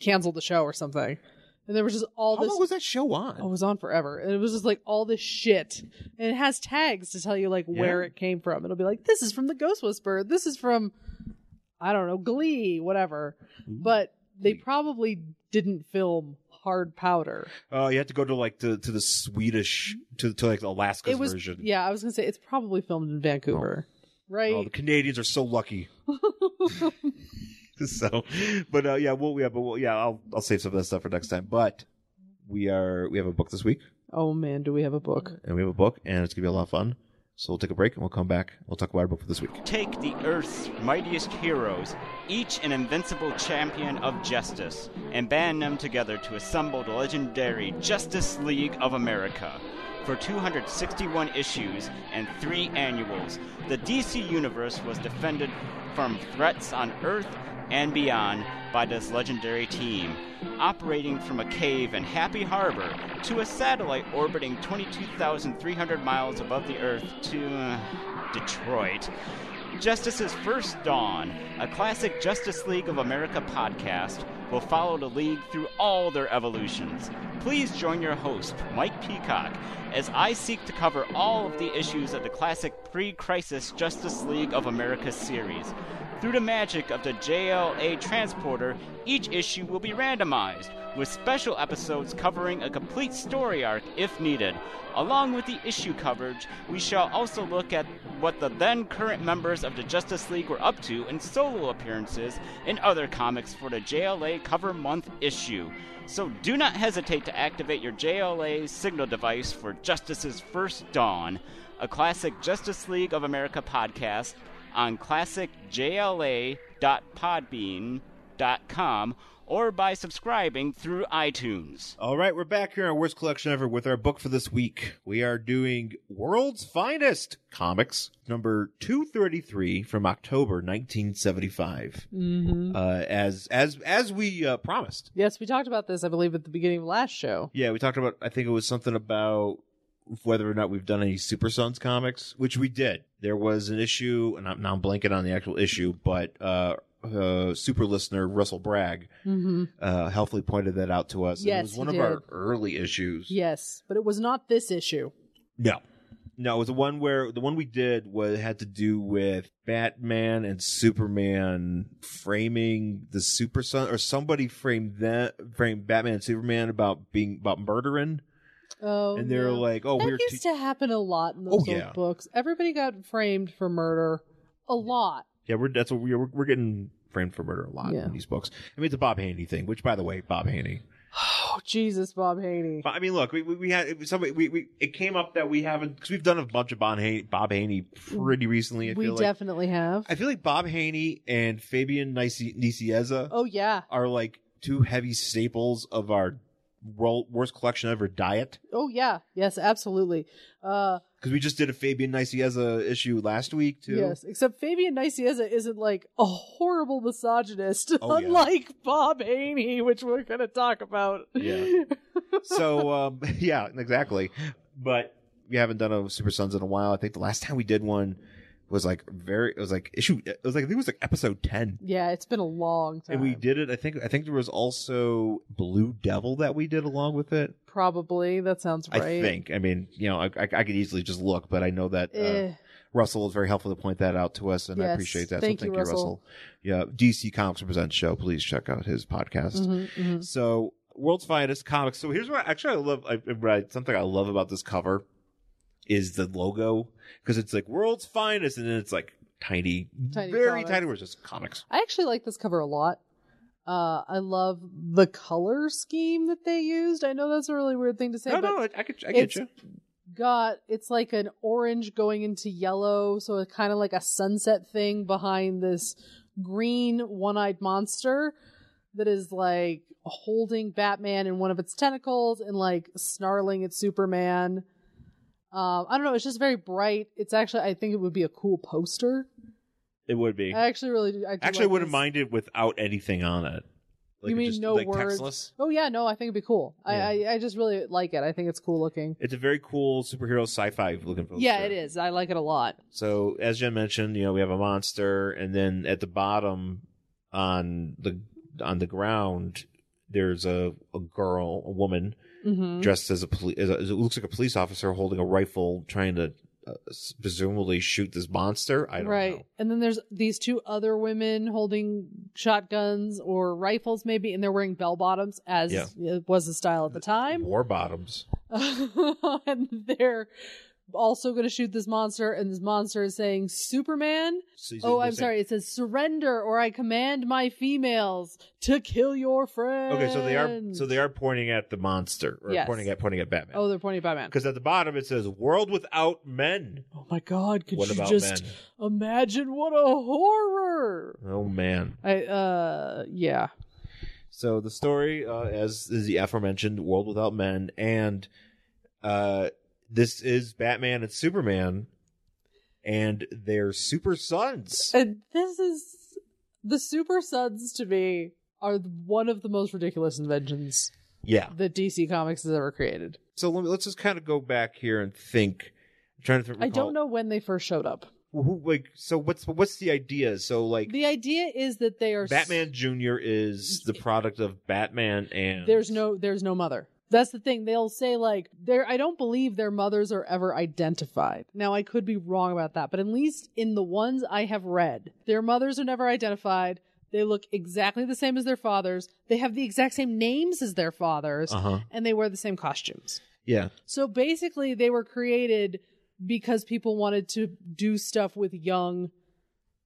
[SPEAKER 1] canceled the show or something, and there was just all
[SPEAKER 2] How
[SPEAKER 1] this.
[SPEAKER 2] long was that show on?
[SPEAKER 1] Oh, it was on forever, and it was just like all this shit, and it has tags to tell you like where it came from. It'll be like this is from the Ghost Whisperer, this is from I don't know Glee, whatever. But they probably didn't film Hard Powder.
[SPEAKER 2] Oh, you have to go to like to, to the Swedish to to like the Alaska's
[SPEAKER 1] it was
[SPEAKER 2] version.
[SPEAKER 1] yeah, I was gonna say it's probably filmed in Vancouver, right?
[SPEAKER 2] Oh, the Canadians are so lucky. so, but uh, yeah, well, yeah, but we'll, yeah, I'll I'll save some of that stuff for next time. But we are we have a book this week,
[SPEAKER 1] oh man, do we have a book?
[SPEAKER 2] and we have a book, and it's gonna be a lot of fun. So we'll take a break and we'll come back. We'll talk about our book for this week.
[SPEAKER 3] Take the Earth's mightiest heroes, each an invincible champion of justice, and band them together to assemble the legendary Justice League of America. For 261 issues and three annuals, the DC Universe was defended from threats on Earth and beyond by this legendary team. Operating from a cave in Happy Harbor to a satellite orbiting 22,300 miles above the Earth to uh, Detroit. Justice's First Dawn, a classic Justice League of America podcast, will follow the League through all their evolutions. Please join your host, Mike Peacock, as I seek to cover all of the issues of the classic pre crisis Justice League of America series. Through the magic of the JLA transporter, each issue will be randomized, with special episodes covering a complete story arc if needed. Along with the issue coverage, we shall also look at what the then current members of the Justice League were up to in solo appearances in other comics for the JLA Cover Month issue. So do not hesitate to activate your JLA signal device for Justice's First Dawn, a classic Justice League of America podcast on classicjla.podbean.com or by subscribing through iTunes.
[SPEAKER 2] All right, we're back here on Worst Collection Ever with our book for this week. We are doing World's Finest Comics, number 233 from October 1975.
[SPEAKER 1] Mm-hmm.
[SPEAKER 2] Uh, as as as we uh, promised.
[SPEAKER 1] Yes, we talked about this, I believe, at the beginning of last show.
[SPEAKER 2] Yeah, we talked about I think it was something about whether or not we've done any Super Sons comics, which we did. There was an issue, and I'm now I'm blanking on the actual issue, but uh, uh, super listener Russell Bragg
[SPEAKER 1] Mm-hmm.
[SPEAKER 2] uh, helpfully pointed that out to us. And
[SPEAKER 1] Yes,
[SPEAKER 2] it was one
[SPEAKER 1] he
[SPEAKER 2] of our
[SPEAKER 1] did.
[SPEAKER 2] early issues.
[SPEAKER 1] Yes, but it was not this issue.
[SPEAKER 2] No. No, it was the one where the one we did was had to do with Batman and Superman framing the Super Son or somebody framed that framed Batman and Superman about being about murdering
[SPEAKER 1] Oh,
[SPEAKER 2] and they're
[SPEAKER 1] no.
[SPEAKER 2] like, "Oh,
[SPEAKER 1] that
[SPEAKER 2] we're
[SPEAKER 1] used
[SPEAKER 2] te-
[SPEAKER 1] to happen a lot in those
[SPEAKER 2] Oh,
[SPEAKER 1] old
[SPEAKER 2] yeah.
[SPEAKER 1] books. Everybody got framed for murder a lot.
[SPEAKER 2] yeah, we're that's what we're we're getting framed for murder a lot
[SPEAKER 1] Yeah.
[SPEAKER 2] in these books." I mean, it's a Bob Haney thing, which by the way, Bob Haney.
[SPEAKER 1] Oh, Jesus, Bob Haney.
[SPEAKER 2] But I mean, look, we we, we had it was somebody we, we it came up that we haven't because we've done a bunch of Bob Haney, Bob Haney pretty recently. I
[SPEAKER 1] we
[SPEAKER 2] feel like
[SPEAKER 1] definitely have.
[SPEAKER 2] I feel like Bob Haney and Fabian Nice- Nicieza
[SPEAKER 1] oh, yeah.
[SPEAKER 2] are like two heavy staples of our world, worst collection ever diet
[SPEAKER 1] Oh, yeah. Yes, absolutely. Uh,
[SPEAKER 2] because we just did a Fabian Nicieza issue last week too.
[SPEAKER 1] yes, except Fabian Nicieza isn't like a horrible misogynist,
[SPEAKER 2] Oh, yeah.
[SPEAKER 1] unlike Bob Haney, which we're going to talk about.
[SPEAKER 2] Yeah. so um, yeah, exactly. But we haven't done a Super Sons in a while. I think the last time we did one was like very. It was like issue. It was like I think it was like episode ten.
[SPEAKER 1] yeah, it's been a long time.
[SPEAKER 2] And we did it. I think. I think there was also Blue Devil that we did along with it.
[SPEAKER 1] Probably. That sounds right.
[SPEAKER 2] I think. I mean, you know, I, I, I could easily just look, but I know that uh,
[SPEAKER 1] Eh,
[SPEAKER 2] Russell was very helpful to point that out to us, and I
[SPEAKER 1] Yes.
[SPEAKER 2] appreciate that.
[SPEAKER 1] Thank
[SPEAKER 2] so
[SPEAKER 1] you,
[SPEAKER 2] thank you,
[SPEAKER 1] Russell.
[SPEAKER 2] Russell. Yeah, DC Comics Presents show. Please check out his podcast.
[SPEAKER 1] mhm, mhm.
[SPEAKER 2] So, World's Finest Comics. So here's what actually I love. I, I- something I love about this cover is the logo because it's like World's Finest, and then it's like tiny,
[SPEAKER 1] Tiny
[SPEAKER 2] very
[SPEAKER 1] comics.
[SPEAKER 2] tiny words, just comics.
[SPEAKER 1] I actually like this cover a lot. Uh, I love the color scheme that they used. I know that's a really weird thing to say,
[SPEAKER 2] No,
[SPEAKER 1] but
[SPEAKER 2] no, I, I, could, I
[SPEAKER 1] it's
[SPEAKER 2] get you.
[SPEAKER 1] got it's like an orange going into yellow, so it's kind of like a sunset thing behind this green one-eyed monster that is like holding Batman in one of its tentacles and like snarling at Superman. Um, I don't know. It's just very bright. It's actually, I think it would be a cool poster.
[SPEAKER 2] It would be.
[SPEAKER 1] I actually really do. I do
[SPEAKER 2] actually, I
[SPEAKER 1] like
[SPEAKER 2] wouldn't
[SPEAKER 1] this.
[SPEAKER 2] mind it without anything on it.
[SPEAKER 1] You mean no
[SPEAKER 2] like
[SPEAKER 1] words?
[SPEAKER 2] Textless.
[SPEAKER 1] Oh yeah, no, I think it'd be cool. I, I I just really like it. I think it's cool looking.
[SPEAKER 2] It's a very cool superhero sci-fi looking poster.
[SPEAKER 1] Yeah, it is. I like it a lot.
[SPEAKER 2] So as Jen mentioned, you know, we have a monster, and then at the bottom on the on the ground, there's a, a girl, a woman
[SPEAKER 1] hmm
[SPEAKER 2] dressed as a police. It looks like a police officer holding a rifle, trying to uh, s- presumably shoot this monster. I don't
[SPEAKER 1] right.
[SPEAKER 2] know.
[SPEAKER 1] And then there's these two other women holding shotguns or rifles, maybe, and they're wearing bell bottoms, as
[SPEAKER 2] Yeah.
[SPEAKER 1] it was the style at the time.
[SPEAKER 2] War bottoms.
[SPEAKER 1] and they're also going to shoot this monster, and this monster is saying, Superman?
[SPEAKER 2] So he's
[SPEAKER 1] Oh,
[SPEAKER 2] in the
[SPEAKER 1] I'm
[SPEAKER 2] same-
[SPEAKER 1] sorry. It says, surrender or I command my females to kill your friend.
[SPEAKER 2] Okay, so they are so they are pointing at the monster or
[SPEAKER 1] Yes.
[SPEAKER 2] pointing at pointing at Batman.
[SPEAKER 1] Oh, they're pointing at Batman.
[SPEAKER 2] because at the bottom it says "World without men."
[SPEAKER 1] Oh my God! Could
[SPEAKER 2] what
[SPEAKER 1] you
[SPEAKER 2] about
[SPEAKER 1] just
[SPEAKER 2] men?
[SPEAKER 1] imagine what a horror?
[SPEAKER 2] Oh man!
[SPEAKER 1] I uh yeah.
[SPEAKER 2] So the story, uh, as is the aforementioned "World Without Men," and uh, this is Batman and Superman, and their super sons.
[SPEAKER 1] And this is the Super Sons to me are one of the most ridiculous inventions
[SPEAKER 2] Yeah.
[SPEAKER 1] that DC Comics has ever created.
[SPEAKER 2] So let me, let's just kind of go back here and think. I'm trying to. Think,
[SPEAKER 1] I don't know when they first showed up.
[SPEAKER 2] Who, like, so what's what's the idea? So like,
[SPEAKER 1] The idea is that they are s-
[SPEAKER 2] Batman Junior is the product of Batman and
[SPEAKER 1] There's no there's no mother. That's the thing. They'll say like there I don't believe their mothers are ever identified. Now I could be wrong about that, but at least in the ones I have read, their mothers are never identified. They look exactly the same as their fathers. They have the exact same names as their fathers
[SPEAKER 2] Uh huh.
[SPEAKER 1] and they wear the same costumes.
[SPEAKER 2] Yeah.
[SPEAKER 1] So basically they were created because people wanted to do stuff with young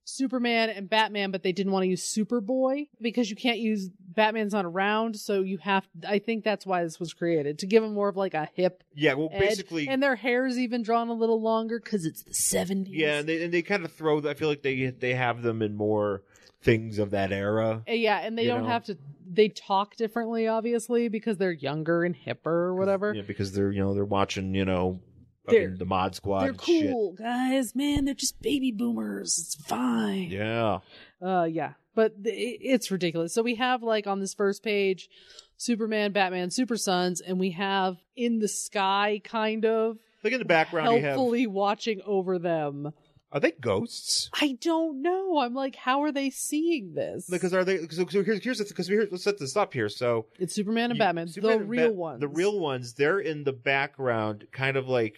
[SPEAKER 1] Superman and Batman, but they didn't want to use Superboy because you can't use Batman's not around, so you have I think that's why this was created to give him more of like a hip
[SPEAKER 2] Yeah. Well,
[SPEAKER 1] edge.
[SPEAKER 2] basically.
[SPEAKER 1] and their hair's even drawn a little longer cuz it's the 70s.
[SPEAKER 2] yeah, and they and they kind of throw. I feel like they they have them in more things of that era.
[SPEAKER 1] Uh, yeah, and they
[SPEAKER 2] you
[SPEAKER 1] don't
[SPEAKER 2] know.
[SPEAKER 1] have to they talk differently obviously because they're younger and hipper or whatever.
[SPEAKER 2] Yeah, because they're you know they're watching you know
[SPEAKER 1] They're-
[SPEAKER 2] fucking the Mod Squad.
[SPEAKER 1] They're
[SPEAKER 2] and shit.
[SPEAKER 1] cool, guys. Man, they're just baby boomers. It's fine.
[SPEAKER 2] Yeah.
[SPEAKER 1] Uh, yeah, but th- it- it's ridiculous. So we have like on this first page, Superman, Batman, Super Sons, and we have in the sky, kind of
[SPEAKER 2] Like in the background, you have.
[SPEAKER 1] helpfully watching over them.
[SPEAKER 2] Are they ghosts?
[SPEAKER 1] I don't know. I'm like, how are they seeing this?
[SPEAKER 2] Because are they? So, so here's here's because here, let's set this up here. So
[SPEAKER 1] it's Superman and
[SPEAKER 2] you-
[SPEAKER 1] Batman,
[SPEAKER 2] Superman
[SPEAKER 1] the
[SPEAKER 2] and
[SPEAKER 1] real
[SPEAKER 2] Bat-
[SPEAKER 1] ones.
[SPEAKER 2] The real ones, they're in the background, kind of like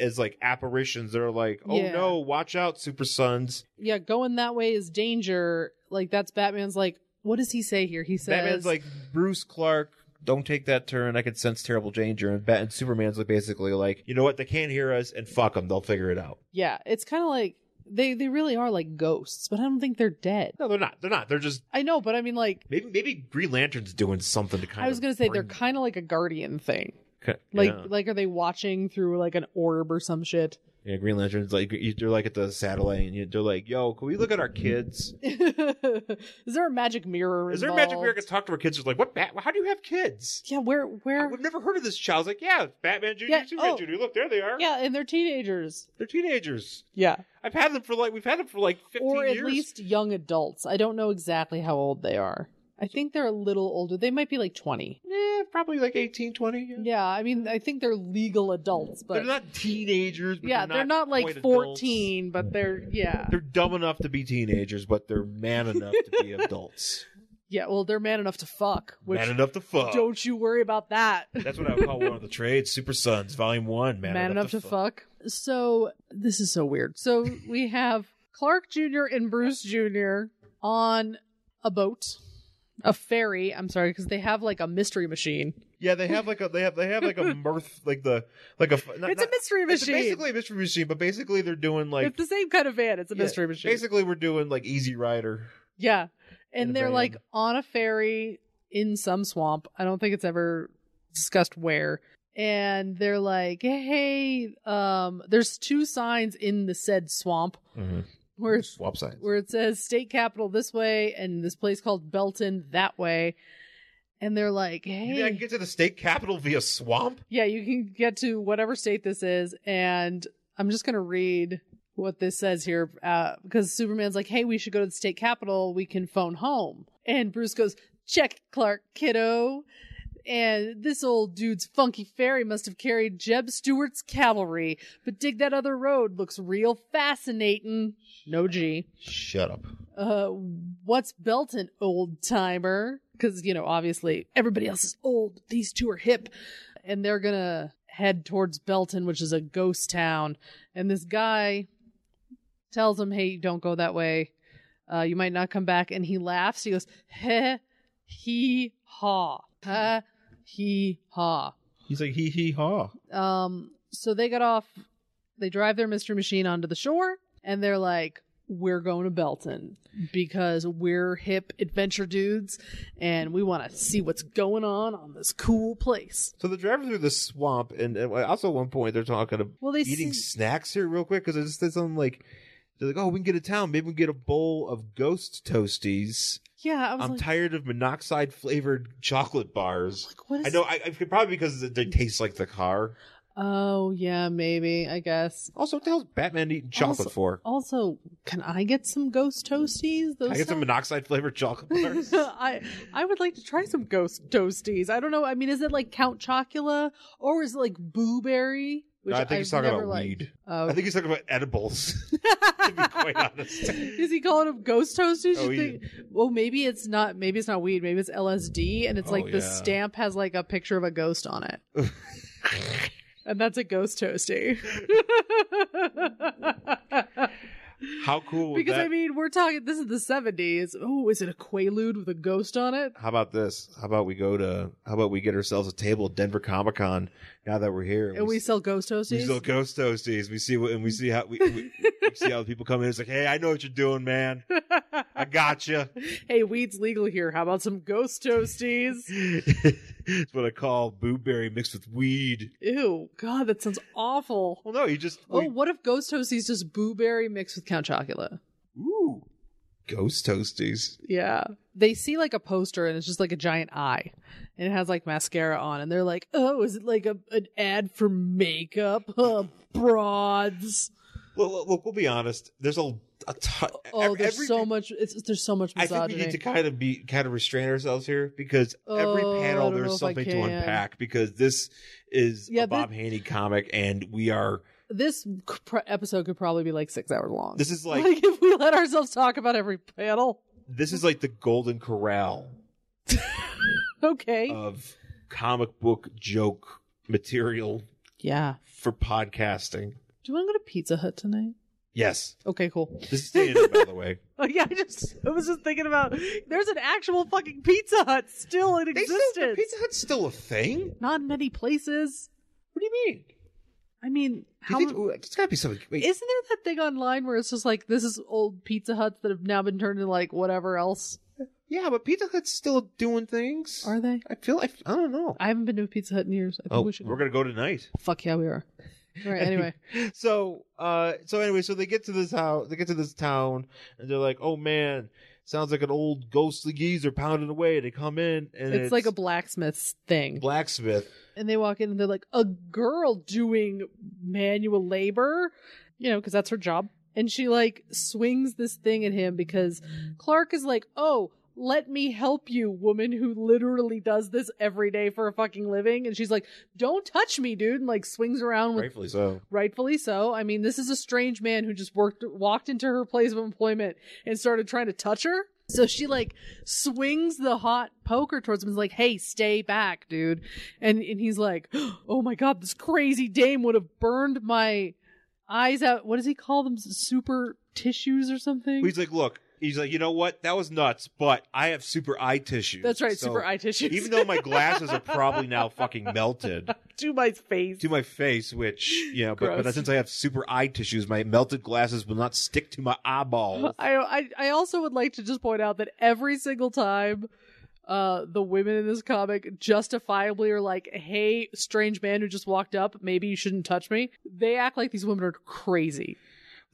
[SPEAKER 2] as like apparitions. They're like, oh
[SPEAKER 1] Yeah.
[SPEAKER 2] no, watch out, Super Sons.
[SPEAKER 1] yeah, going that way is danger. Like that's Batman's. Like, what does he say here? He says,
[SPEAKER 2] Batman's like Bruce Clark. Don't take that turn. I can sense terrible danger. And, Bat- and Superman's like basically like, you know what? They can't hear us, and fuck them. They'll figure it out.
[SPEAKER 1] yeah, it's kind of like they they really are like ghosts, but I don't think they're dead.
[SPEAKER 2] No, they're not. They're not. They're just
[SPEAKER 1] I know, but I mean, like
[SPEAKER 2] maybe maybe Green Lantern's doing something to kind.
[SPEAKER 1] I was
[SPEAKER 2] going
[SPEAKER 1] gonna say they're kind of like a guardian thing.
[SPEAKER 2] of
[SPEAKER 1] Like
[SPEAKER 2] yeah.
[SPEAKER 1] like are they watching through like an orb or some shit?
[SPEAKER 2] Yeah, Green Lantern's like you- they're like at the satellite, and you- they're like, "Yo, can we look at our kids?
[SPEAKER 1] Is there a magic mirror?
[SPEAKER 2] Is there a magic
[SPEAKER 1] involved?
[SPEAKER 2] where I can talk to our kids?" They're like, "What? Bat- how do you have kids?"
[SPEAKER 1] Yeah, where
[SPEAKER 2] I-
[SPEAKER 1] where?
[SPEAKER 2] We've never heard of this child. I was like, yeah, it's Batman Junior,
[SPEAKER 1] Yeah,
[SPEAKER 2] Superman
[SPEAKER 1] oh.
[SPEAKER 2] Junior. Look, there they are.
[SPEAKER 1] Yeah, and they're teenagers.
[SPEAKER 2] They're teenagers.
[SPEAKER 1] Yeah,
[SPEAKER 2] I've had them for like we've had them for like fifteen
[SPEAKER 1] or at
[SPEAKER 2] years.
[SPEAKER 1] least young adults. I don't know exactly how old they are. I think they're a little older. They might be like twenty.
[SPEAKER 2] yeah, probably like 18, 20. yeah.
[SPEAKER 1] Yeah, I mean, I think they're legal adults, but
[SPEAKER 2] they're not teenagers. But
[SPEAKER 1] yeah, they're not
[SPEAKER 2] quite
[SPEAKER 1] like
[SPEAKER 2] adults.
[SPEAKER 1] fourteen, but they're yeah,
[SPEAKER 2] They're dumb enough to be teenagers, but they're man enough to be adults.
[SPEAKER 1] yeah. Well, they're man enough to fuck. Which
[SPEAKER 2] man enough to fuck.
[SPEAKER 1] don't you worry about that.
[SPEAKER 2] That's what I would call one of the trades. Super Sons, Volume One. Man,
[SPEAKER 1] man, enough, to fuck. So this is so weird. So we have Clark Jr. and Bruce Jr. on a boat, a ferry. I'm sorry, because they have like a mystery machine.
[SPEAKER 2] Yeah, they have like a they have they have like a mirth like the like a not-
[SPEAKER 1] it's
[SPEAKER 2] not-
[SPEAKER 1] a mystery
[SPEAKER 2] it's
[SPEAKER 1] machine. It's,
[SPEAKER 2] basically a mystery machine, but basically they're doing like
[SPEAKER 1] the same kind of van. It's a
[SPEAKER 2] Yeah,
[SPEAKER 1] mystery machine.
[SPEAKER 2] Basically, we're doing like Easy Rider.
[SPEAKER 1] yeah,
[SPEAKER 2] in a
[SPEAKER 1] and they're
[SPEAKER 2] van.
[SPEAKER 1] like on a ferry in some swamp. I don't think it's ever discussed where. And they're like, hey, um, there's two signs in the said swamp where it's
[SPEAKER 2] Mm-hmm. Swap signs.
[SPEAKER 1] where it says state capital this way and this place called Belton that way. And they're like,
[SPEAKER 2] You mean I
[SPEAKER 1] hey,
[SPEAKER 2] can get to the state capital via swamp?
[SPEAKER 1] yeah, you can get to whatever state this is. And I'm just going to read what this says here uh, because Superman's like, hey, we should go to the state capital. We can phone home. And Bruce goes, check, Clark, kiddo. And this old dude's funky fairy must have carried Jeb Stewart's cavalry. But dig that other road looks real fascinating. No G.
[SPEAKER 2] Shut up.
[SPEAKER 1] uh, what's Belton, old timer? Because, you know, obviously everybody else is old. but These two are hip. And they're going to head towards Belton, which is a ghost town. And this guy tells him, hey, don't go that way. Uh, you might not come back. And he laughs. He goes, heh, he, ha. Ha, he, ha.
[SPEAKER 2] He's like hee hee haw.
[SPEAKER 1] Um, so they got off They drive their Mr. Machine onto the shore and they're like, we're going to Belton because we're hip adventure dudes and we want to see what's going on on this cool place.
[SPEAKER 2] So they drive through the swamp, and, and also at one point they're talking about
[SPEAKER 1] Well, they
[SPEAKER 2] eating
[SPEAKER 1] see-
[SPEAKER 2] snacks here real quick because I just said something like, they're like, oh, we can get a town. Maybe we can get a bowl of ghost toasties.
[SPEAKER 1] Yeah, I was
[SPEAKER 2] I'm
[SPEAKER 1] like,
[SPEAKER 2] tired of monoxide flavored chocolate bars.
[SPEAKER 1] what is
[SPEAKER 2] I know, I, I probably because it- they taste like the car.
[SPEAKER 1] Oh, yeah, maybe, I guess.
[SPEAKER 2] Also, what the hell's Batman eating chocolate
[SPEAKER 1] Also-
[SPEAKER 2] for?
[SPEAKER 1] Also, can I get some ghost toasties? Those
[SPEAKER 2] Can I get some
[SPEAKER 1] sound-
[SPEAKER 2] monoxide flavored chocolate bars.
[SPEAKER 1] I I would like to try some ghost toasties. I don't know. I mean, is it like Count Chocula or is it like Boo Berry?
[SPEAKER 2] No, I think he's talking about weed.
[SPEAKER 1] Oh.
[SPEAKER 2] I think he's talking about edibles. to be quite honest.
[SPEAKER 1] Is he calling them ghost toasties? You
[SPEAKER 2] Oh, he-
[SPEAKER 1] think- well, maybe it's not. Maybe it's not weed. Maybe it's LSD, and it's
[SPEAKER 2] Oh,
[SPEAKER 1] like the
[SPEAKER 2] yeah.
[SPEAKER 1] stamp has like a picture of a ghost on it, and that's a ghost toasty.
[SPEAKER 2] How cool would
[SPEAKER 1] because
[SPEAKER 2] that
[SPEAKER 1] I mean, we're talking. This is the seventies. Oh, is it a quaalude with a ghost on it?
[SPEAKER 2] How about this? How about we go to? How about we get ourselves a table at Denver Comic Con now that we're here?
[SPEAKER 1] And we
[SPEAKER 2] s-
[SPEAKER 1] sell ghost
[SPEAKER 2] we
[SPEAKER 1] toasties.
[SPEAKER 2] sell ghost toasties. We see what and we see how we, we, we see how the people come in. It's like, hey, I know what you're doing, man. I got you.
[SPEAKER 1] hey, weed's legal here. How about some ghost toasties?
[SPEAKER 2] it's what I call booberry mixed with weed.
[SPEAKER 1] Ew, God, that sounds awful.
[SPEAKER 2] Well, no, you just
[SPEAKER 1] Oh,
[SPEAKER 2] we-
[SPEAKER 1] what if ghost toasties just blueberry mixed with Count Chocula?
[SPEAKER 2] ooh, ghost toasties.
[SPEAKER 1] Yeah. They see like a poster and it's just like a giant eye and it has like mascara on and they're like, oh, is it like a, an ad for makeup? Huh, broads.
[SPEAKER 2] Well, look, look, we'll be honest. There's a a ton.
[SPEAKER 1] Oh,
[SPEAKER 2] ev-
[SPEAKER 1] there's so
[SPEAKER 2] everything-
[SPEAKER 1] much. It's, there's so much
[SPEAKER 2] E-, I
[SPEAKER 1] misogyny.
[SPEAKER 2] think we need to kind of be kind of restrain ourselves here because every
[SPEAKER 1] Oh, I
[SPEAKER 2] panel
[SPEAKER 1] don't know
[SPEAKER 2] there's
[SPEAKER 1] if I
[SPEAKER 2] something to
[SPEAKER 1] can.
[SPEAKER 2] unpack because this is
[SPEAKER 1] Yeah,
[SPEAKER 2] a Bob Haney comic and we are
[SPEAKER 1] This c- pro- episode could probably be like six hours long.
[SPEAKER 2] this is like
[SPEAKER 1] like if we let ourselves talk about every panel.
[SPEAKER 2] this is like the golden corral
[SPEAKER 1] Okay.
[SPEAKER 2] of comic book joke material
[SPEAKER 1] yeah.
[SPEAKER 2] for podcasting.
[SPEAKER 1] Do you want to go to Pizza Hut tonight?
[SPEAKER 2] Yes,
[SPEAKER 1] Okay, cool.
[SPEAKER 2] this is Dana, by the way.
[SPEAKER 1] Oh, yeah, I just I was just thinking about there's an actual fucking Pizza Hut still in
[SPEAKER 2] They still-
[SPEAKER 1] existence.
[SPEAKER 2] Pizza Hut's still a thing.
[SPEAKER 1] Not in many places.
[SPEAKER 2] What do you mean? Do
[SPEAKER 1] I mean,
[SPEAKER 2] you
[SPEAKER 1] how
[SPEAKER 2] think, ooh, it's got to be something. Wait,
[SPEAKER 1] isn't there that thing online where it's just like this is old Pizza Huts that have now been turned into like whatever else?
[SPEAKER 2] yeah, but Pizza Hut's still doing things.
[SPEAKER 1] Are they?
[SPEAKER 2] I feel I, f- I don't know.
[SPEAKER 1] I haven't been to a Pizza Hut in years. I think
[SPEAKER 2] oh,
[SPEAKER 1] we should.
[SPEAKER 2] we're gonna go tonight.
[SPEAKER 1] Fuck yeah, we are. All right. Anyway,
[SPEAKER 2] so uh so anyway so they get to this house they get to this town and they're like oh man sounds like an old ghostly geezer pounding away they come in and
[SPEAKER 1] it's,
[SPEAKER 2] it's,
[SPEAKER 1] like a blacksmith's thing,
[SPEAKER 2] blacksmith
[SPEAKER 1] and they walk in and they're like a girl doing manual labor, you know, because that's her job. And she like swings this thing at him because Clark is like, "Oh, let me help you, woman who literally does this every day for a fucking living." And she's like, "Don't touch me, dude!" And like swings around with
[SPEAKER 2] rightfully so
[SPEAKER 1] rightfully so. I mean, this is a strange man who just worked walked into her place of employment and started trying to touch her. So she like swings the hot poker towards him and is like, "Hey, stay back, dude." And and he's like, "Oh my god, this crazy dame would have burned my eyes out. What does he call them? Super tissues or something?"
[SPEAKER 2] he's like look he's like you know what that was nuts but i have super eye tissue
[SPEAKER 1] That's right,
[SPEAKER 2] So
[SPEAKER 1] super eye tissues.
[SPEAKER 2] even though my glasses are probably now fucking melted
[SPEAKER 1] to my face.
[SPEAKER 2] to my face, which you know, but, but
[SPEAKER 1] Gross.
[SPEAKER 2] since I have super eye tissues, my melted glasses will not stick to my eyeballs.
[SPEAKER 1] I, I I also would like to just point out that every single time uh the women in this comic justifiably are like, "Hey, strange man who just walked up, maybe you shouldn't touch me." They act like these women are crazy.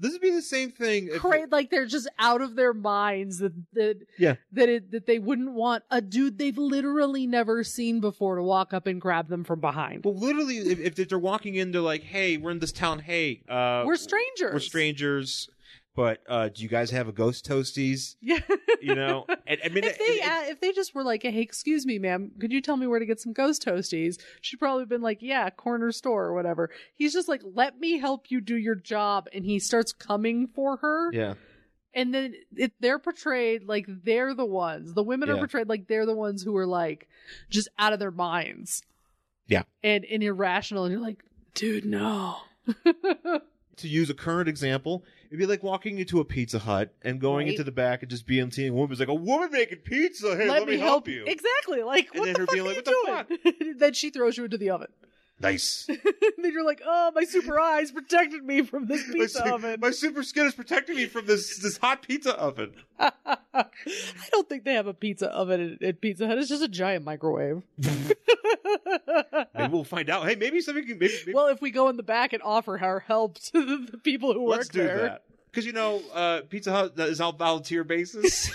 [SPEAKER 2] This would be the same thing. if-
[SPEAKER 1] Cra- like they're just out of their minds that that
[SPEAKER 2] Yeah.
[SPEAKER 1] that it, that they wouldn't want a dude they've literally never seen before to walk up and grab them from behind.
[SPEAKER 2] Well, literally, if, if they're walking in, they're like, "Hey, we're in this town. Hey, uh,
[SPEAKER 1] we're strangers.
[SPEAKER 2] We're strangers. But uh, do you guys have a ghost toasties?
[SPEAKER 1] Yeah.
[SPEAKER 2] You know, and, I mean,
[SPEAKER 1] if they
[SPEAKER 2] it- it-
[SPEAKER 1] uh, if they just were like, "Hey, excuse me, ma'am, could you tell me where to get some ghost toasties?" She'd probably been like, "Yeah, corner store or whatever." He's just like, "Let me help you do your job," and he starts coming for her.
[SPEAKER 2] yeah,
[SPEAKER 1] And then it, they're portrayed like they're the ones. The women are
[SPEAKER 2] Yeah.
[SPEAKER 1] portrayed like they're the ones who are like just out of their minds.
[SPEAKER 2] Yeah.
[SPEAKER 1] and and irrational. And you're like, dude, no.
[SPEAKER 2] to use a current example, it'd be like walking into a Pizza Hut and going
[SPEAKER 1] Right.
[SPEAKER 2] into the back and just BMT and woman's like, "A woman making pizza. Hey, let, me help, you."
[SPEAKER 1] Exactly. Like,
[SPEAKER 2] And
[SPEAKER 1] what
[SPEAKER 2] then
[SPEAKER 1] the
[SPEAKER 2] her
[SPEAKER 1] fuck
[SPEAKER 2] being
[SPEAKER 1] are
[SPEAKER 2] like,
[SPEAKER 1] you
[SPEAKER 2] "What
[SPEAKER 1] doing? then she throws you into the oven.
[SPEAKER 2] Nice.
[SPEAKER 1] then you're like, oh, my super eyes protected me from this
[SPEAKER 2] my,
[SPEAKER 1] pizza
[SPEAKER 2] su-
[SPEAKER 1] oven.
[SPEAKER 2] my super skin is protecting me from this this hot pizza oven.
[SPEAKER 1] I don't think they have a pizza oven at, at Pizza Hut. It's just a giant microwave.
[SPEAKER 2] Maybe we'll find out. Hey, maybe something can. Maybe, maybe
[SPEAKER 1] well, if we go in the back and offer our help to the, the people who
[SPEAKER 2] let's
[SPEAKER 1] work
[SPEAKER 2] do
[SPEAKER 1] there.
[SPEAKER 2] that. Because you know, uh, Pizza Hut that is on volunteer basis.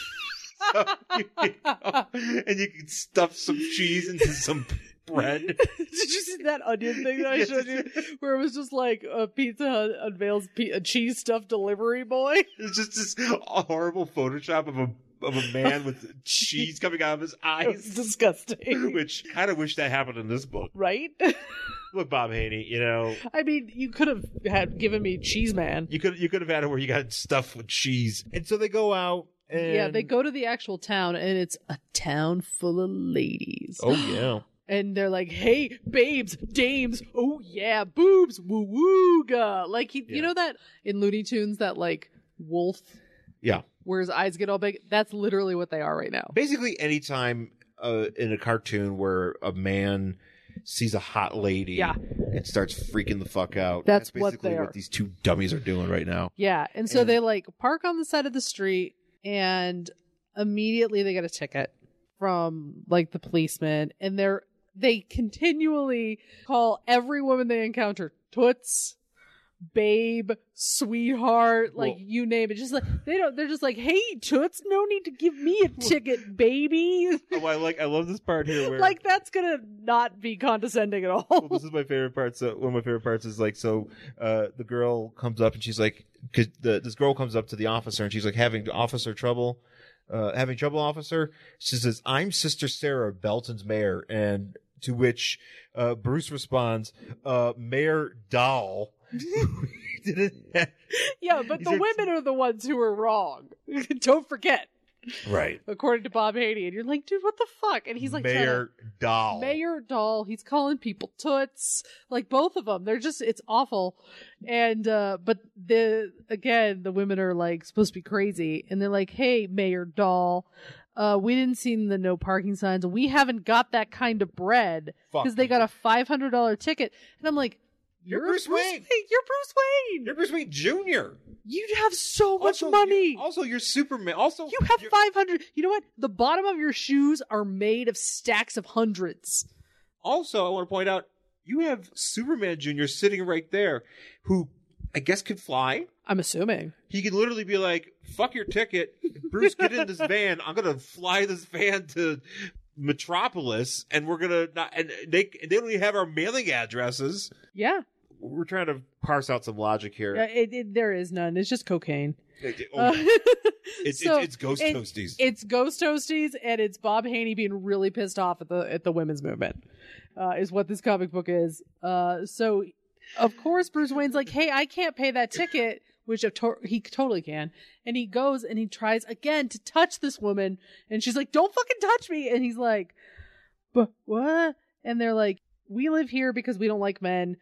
[SPEAKER 2] So, you know, and you can stuff some cheese into some bread.
[SPEAKER 1] Did you see that onion thing that I
[SPEAKER 2] Yes.
[SPEAKER 1] showed you? Where it was just like a Pizza Hut unveils pe- a cheese stuffed delivery boy.
[SPEAKER 2] It's just this horrible Photoshop of a of a man with cheese coming out of his
[SPEAKER 1] It was
[SPEAKER 2] eyes.
[SPEAKER 1] disgusting.
[SPEAKER 2] Which kind of wish that happened in this book.
[SPEAKER 1] Right?
[SPEAKER 2] Look, Bob Haney, you know
[SPEAKER 1] I mean, you could have had given me Cheese Man.
[SPEAKER 2] you could you could have had it where you got stuffed with cheese, and so they go out. And...
[SPEAKER 1] Yeah, they go to the actual town and it's a town full of ladies.
[SPEAKER 2] Oh yeah.
[SPEAKER 1] and they're like, "Hey, babes, dames, oh yeah, boobs, woo wooga." Like he,
[SPEAKER 2] Yeah.
[SPEAKER 1] you know that in Looney Tunes that like wolf,
[SPEAKER 2] Yeah.
[SPEAKER 1] where his eyes get all big. That's literally what they are right now.
[SPEAKER 2] basically anytime uh, in a cartoon where a man sees a hot lady
[SPEAKER 1] Yeah.
[SPEAKER 2] and starts freaking the fuck out
[SPEAKER 1] That's what
[SPEAKER 2] basically
[SPEAKER 1] they
[SPEAKER 2] what,
[SPEAKER 1] are.
[SPEAKER 2] these two dummies are doing right now
[SPEAKER 1] Yeah, and so
[SPEAKER 2] And-
[SPEAKER 1] they like park on the side of the street, and immediately they get a ticket from like the policeman, and they're they continually call every woman they encounter toots. Babe, sweetheart, like
[SPEAKER 2] Well-
[SPEAKER 1] you name it. Just like they don't, they're just like, hey, toots, no need to give me a ticket, baby.
[SPEAKER 2] oh i like i love this part here where
[SPEAKER 1] like that's gonna not be condescending at
[SPEAKER 2] well,
[SPEAKER 1] all.
[SPEAKER 2] this is my favorite part. So one of my favorite parts is like, so uh, the girl comes up and she's like, cause the, this girl comes up to the officer and she's like having officer trouble, uh, having trouble, officer. She says, "I'm Sister Sarah, Belton's mayor," and to which uh, Bruce responds, uh, "Mayor Doll."
[SPEAKER 1] yeah, but the
[SPEAKER 2] These are-
[SPEAKER 1] women are the ones who are wrong. don't forget.
[SPEAKER 2] right,
[SPEAKER 1] according to Bob Haney. And you're like, dude, what the fuck? And he's like,
[SPEAKER 2] Mayor
[SPEAKER 1] trying
[SPEAKER 2] Doll.
[SPEAKER 1] to- Mayor Doll. He's calling people toots, like both of them. They're just, it's awful. And, uh, but the, again, the women are like supposed to be crazy. And they're like, hey, Mayor Doll, uh, we didn't see the no parking signs. We haven't got that kind of bread
[SPEAKER 2] Fuck
[SPEAKER 1] because they
[SPEAKER 2] you.
[SPEAKER 1] got a $500 ticket. And I'm like,
[SPEAKER 2] You're
[SPEAKER 1] you're,
[SPEAKER 2] Bruce
[SPEAKER 1] Bruce,
[SPEAKER 2] Wayne.
[SPEAKER 1] Wayne. You're Bruce Wayne.
[SPEAKER 2] You're Bruce Wayne Junior.
[SPEAKER 1] You have so much
[SPEAKER 2] Also,
[SPEAKER 1] money.
[SPEAKER 2] you're- Also, you're Superman. Also,
[SPEAKER 1] You have
[SPEAKER 2] you're-
[SPEAKER 1] 500. You know what? The bottom of your shoes are made of stacks of hundreds.
[SPEAKER 2] Also, I want to point out you have Superman Jr. sitting right there, who I guess could fly.
[SPEAKER 1] I'm assuming.
[SPEAKER 2] He could literally be like, "Fuck your ticket, Bruce. Get in this van. I'm gonna fly this van to Metropolis, and we're gonna not, and they they don't even have our mailing addresses.
[SPEAKER 1] Yeah.
[SPEAKER 2] We're trying to parse out some logic
[SPEAKER 1] Yeah,
[SPEAKER 2] here.
[SPEAKER 1] it, it, there is none. It's just cocaine.
[SPEAKER 2] Oh,
[SPEAKER 1] Uh,
[SPEAKER 2] it's,
[SPEAKER 1] so
[SPEAKER 2] it's it's ghost
[SPEAKER 1] it-
[SPEAKER 2] toasties.
[SPEAKER 1] it's ghost toasties and it's Bob Haney being really pissed off at the at the women's movement. Uh, is what this comic book is. Uh, so of course Bruce Wayne's like, "Hey, I can't pay that ticket," which of to- he totally can. And he goes and he tries again to touch this woman and she's like, "Don't fucking touch me." And he's like, "But what?" And they're like, "We live here because we don't like men.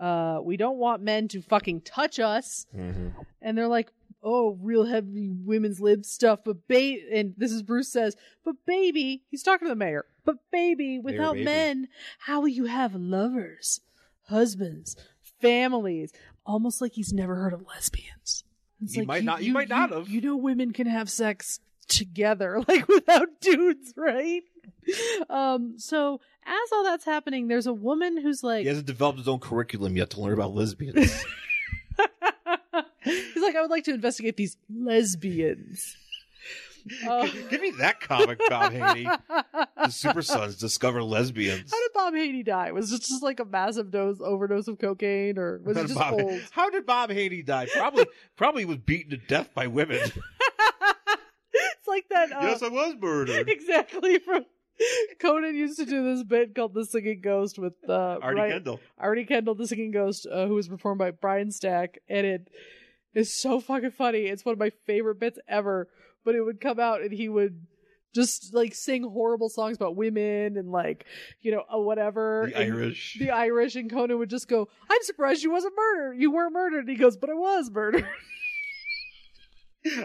[SPEAKER 1] Uh, we don't want men to fucking touch us."
[SPEAKER 2] Mhm.
[SPEAKER 1] and they're like, "Oh, real heavy women's lib stuff." But babe, and this is Bruce says, "But baby, he's talking to the mayor. But baby, without
[SPEAKER 2] baby.
[SPEAKER 1] men, how will you have lovers, husbands, families? Almost like he's never heard of lesbians. It's
[SPEAKER 2] You
[SPEAKER 1] like,
[SPEAKER 2] might not- you might not have.
[SPEAKER 1] You know, women can have sex together, like without dudes, right?" Um. So as all that's happening, there's a woman who's like,
[SPEAKER 2] He hasn't developed his own curriculum yet to learn about lesbians.
[SPEAKER 1] He's like, I would like to investigate these lesbians. Uh,
[SPEAKER 2] Give me that comic, Bob Haney. The Super Sons discover lesbians.
[SPEAKER 1] how did Bob Haney die? Was it just like a massive dose overdose of cocaine, or was
[SPEAKER 2] How
[SPEAKER 1] it
[SPEAKER 2] did
[SPEAKER 1] just
[SPEAKER 2] Bob-
[SPEAKER 1] old?
[SPEAKER 2] How did Bob Haney die? Probably, probably was beaten to death by women.
[SPEAKER 1] it's like that. Uh,
[SPEAKER 2] yes, I was murdered.
[SPEAKER 1] exactly. From Conan used to do this bit called "The Singing Ghost" with uh,
[SPEAKER 2] Artie
[SPEAKER 1] Brian-
[SPEAKER 2] Kendall.
[SPEAKER 1] Artie Kendall, the singing ghost, uh, who was performed by Brian Stack, and it is so fucking funny. It's one of my favorite bits ever. But it would come out, and he would just like sing horrible songs about women and like you know uh, whatever.
[SPEAKER 2] The
[SPEAKER 1] and
[SPEAKER 2] Irish.
[SPEAKER 1] The Irish and Conan would just go, "I'm surprised you wasn't murdered. You weren't murdered." And he goes, "But I was murdered.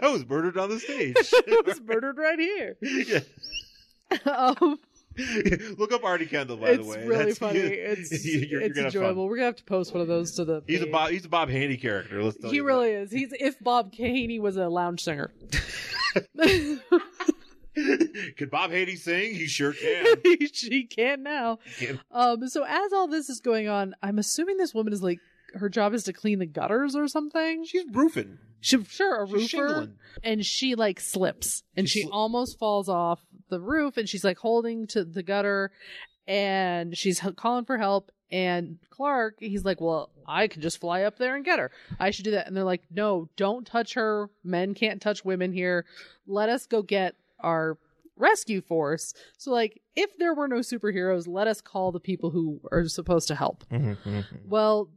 [SPEAKER 2] I was murdered on the stage.
[SPEAKER 1] I was murdered right here."
[SPEAKER 2] Yeah.
[SPEAKER 1] um,
[SPEAKER 2] Look up Artie Kendall, by
[SPEAKER 1] it's
[SPEAKER 2] the way.
[SPEAKER 1] really
[SPEAKER 2] That's-
[SPEAKER 1] funny. It's
[SPEAKER 2] you're- you're
[SPEAKER 1] it's
[SPEAKER 2] gonna have fun.
[SPEAKER 1] enjoyable. We're gonna have to post one of those to the.
[SPEAKER 2] He's a
[SPEAKER 1] page.
[SPEAKER 2] Bob. He's a Bob Haney character. Let's tell
[SPEAKER 1] He
[SPEAKER 2] you that.
[SPEAKER 1] really is. He's if Bob Caney was a lounge singer.
[SPEAKER 2] Could Bob Haney sing? He sure can.
[SPEAKER 1] she can now.
[SPEAKER 2] Can.
[SPEAKER 1] Um, so as all this is going on, I'm assuming this woman is like her job is to clean the gutters or something.
[SPEAKER 2] She's roofing.
[SPEAKER 1] She, sure, a
[SPEAKER 2] She's
[SPEAKER 1] roofer,
[SPEAKER 2] shingling.
[SPEAKER 1] and she like slips and
[SPEAKER 2] She
[SPEAKER 1] she,
[SPEAKER 2] sli-
[SPEAKER 1] almost falls off the roof, and she's like holding to the gutter, and she's h- calling for help. And Clark, he's like, "Well, I can just fly up there and get her. I should do that." And they're like, "No, don't touch her. Men can't touch women here. Let us go get our rescue force." So, like, if there were no superheroes, let us call the people who are supposed to help. Well,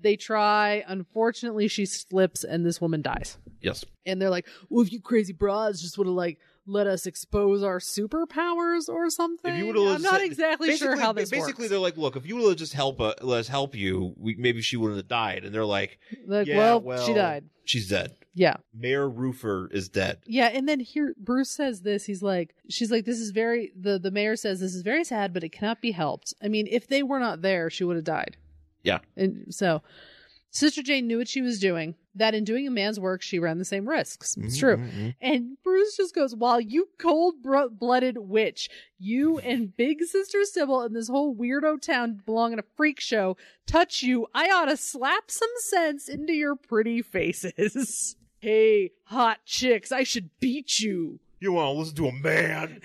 [SPEAKER 1] they try. Unfortunately, she slips and this woman dies.
[SPEAKER 2] Yes.
[SPEAKER 1] And they're like, well, if you crazy bras just would have, like, let us expose our superpowers or something.
[SPEAKER 2] If you would've
[SPEAKER 1] I'm not
[SPEAKER 2] said-
[SPEAKER 1] exactly sure how this
[SPEAKER 2] Basically,
[SPEAKER 1] works.
[SPEAKER 2] they're like, look, if you would have just help, uh, let us help you, we, maybe she wouldn't have died. And they're like,
[SPEAKER 1] Like,
[SPEAKER 2] yeah,
[SPEAKER 1] well,
[SPEAKER 2] well-
[SPEAKER 1] she died.
[SPEAKER 2] she's dead.
[SPEAKER 1] Yeah.
[SPEAKER 2] Mayor Roofer is dead.
[SPEAKER 1] Yeah. And then here, Bruce says this. He's like, she's like, this is very, the, the mayor says, this is very sad, but it cannot be helped. I mean, if they were not there, she would have died.
[SPEAKER 2] Yeah.
[SPEAKER 1] And so Sister Jane knew what she was doing, that in doing a man's work, she ran the same risks.
[SPEAKER 2] Mm-hmm,
[SPEAKER 1] It's true. And Bruce just goes, "While you cold bro- blooded witch, you and Big Sister Sybil and this whole weirdo town belong in a freak show. Touch you, I ought to slap some sense into your pretty faces. hey, hot chicks, I should beat you."
[SPEAKER 2] You want to listen to a man?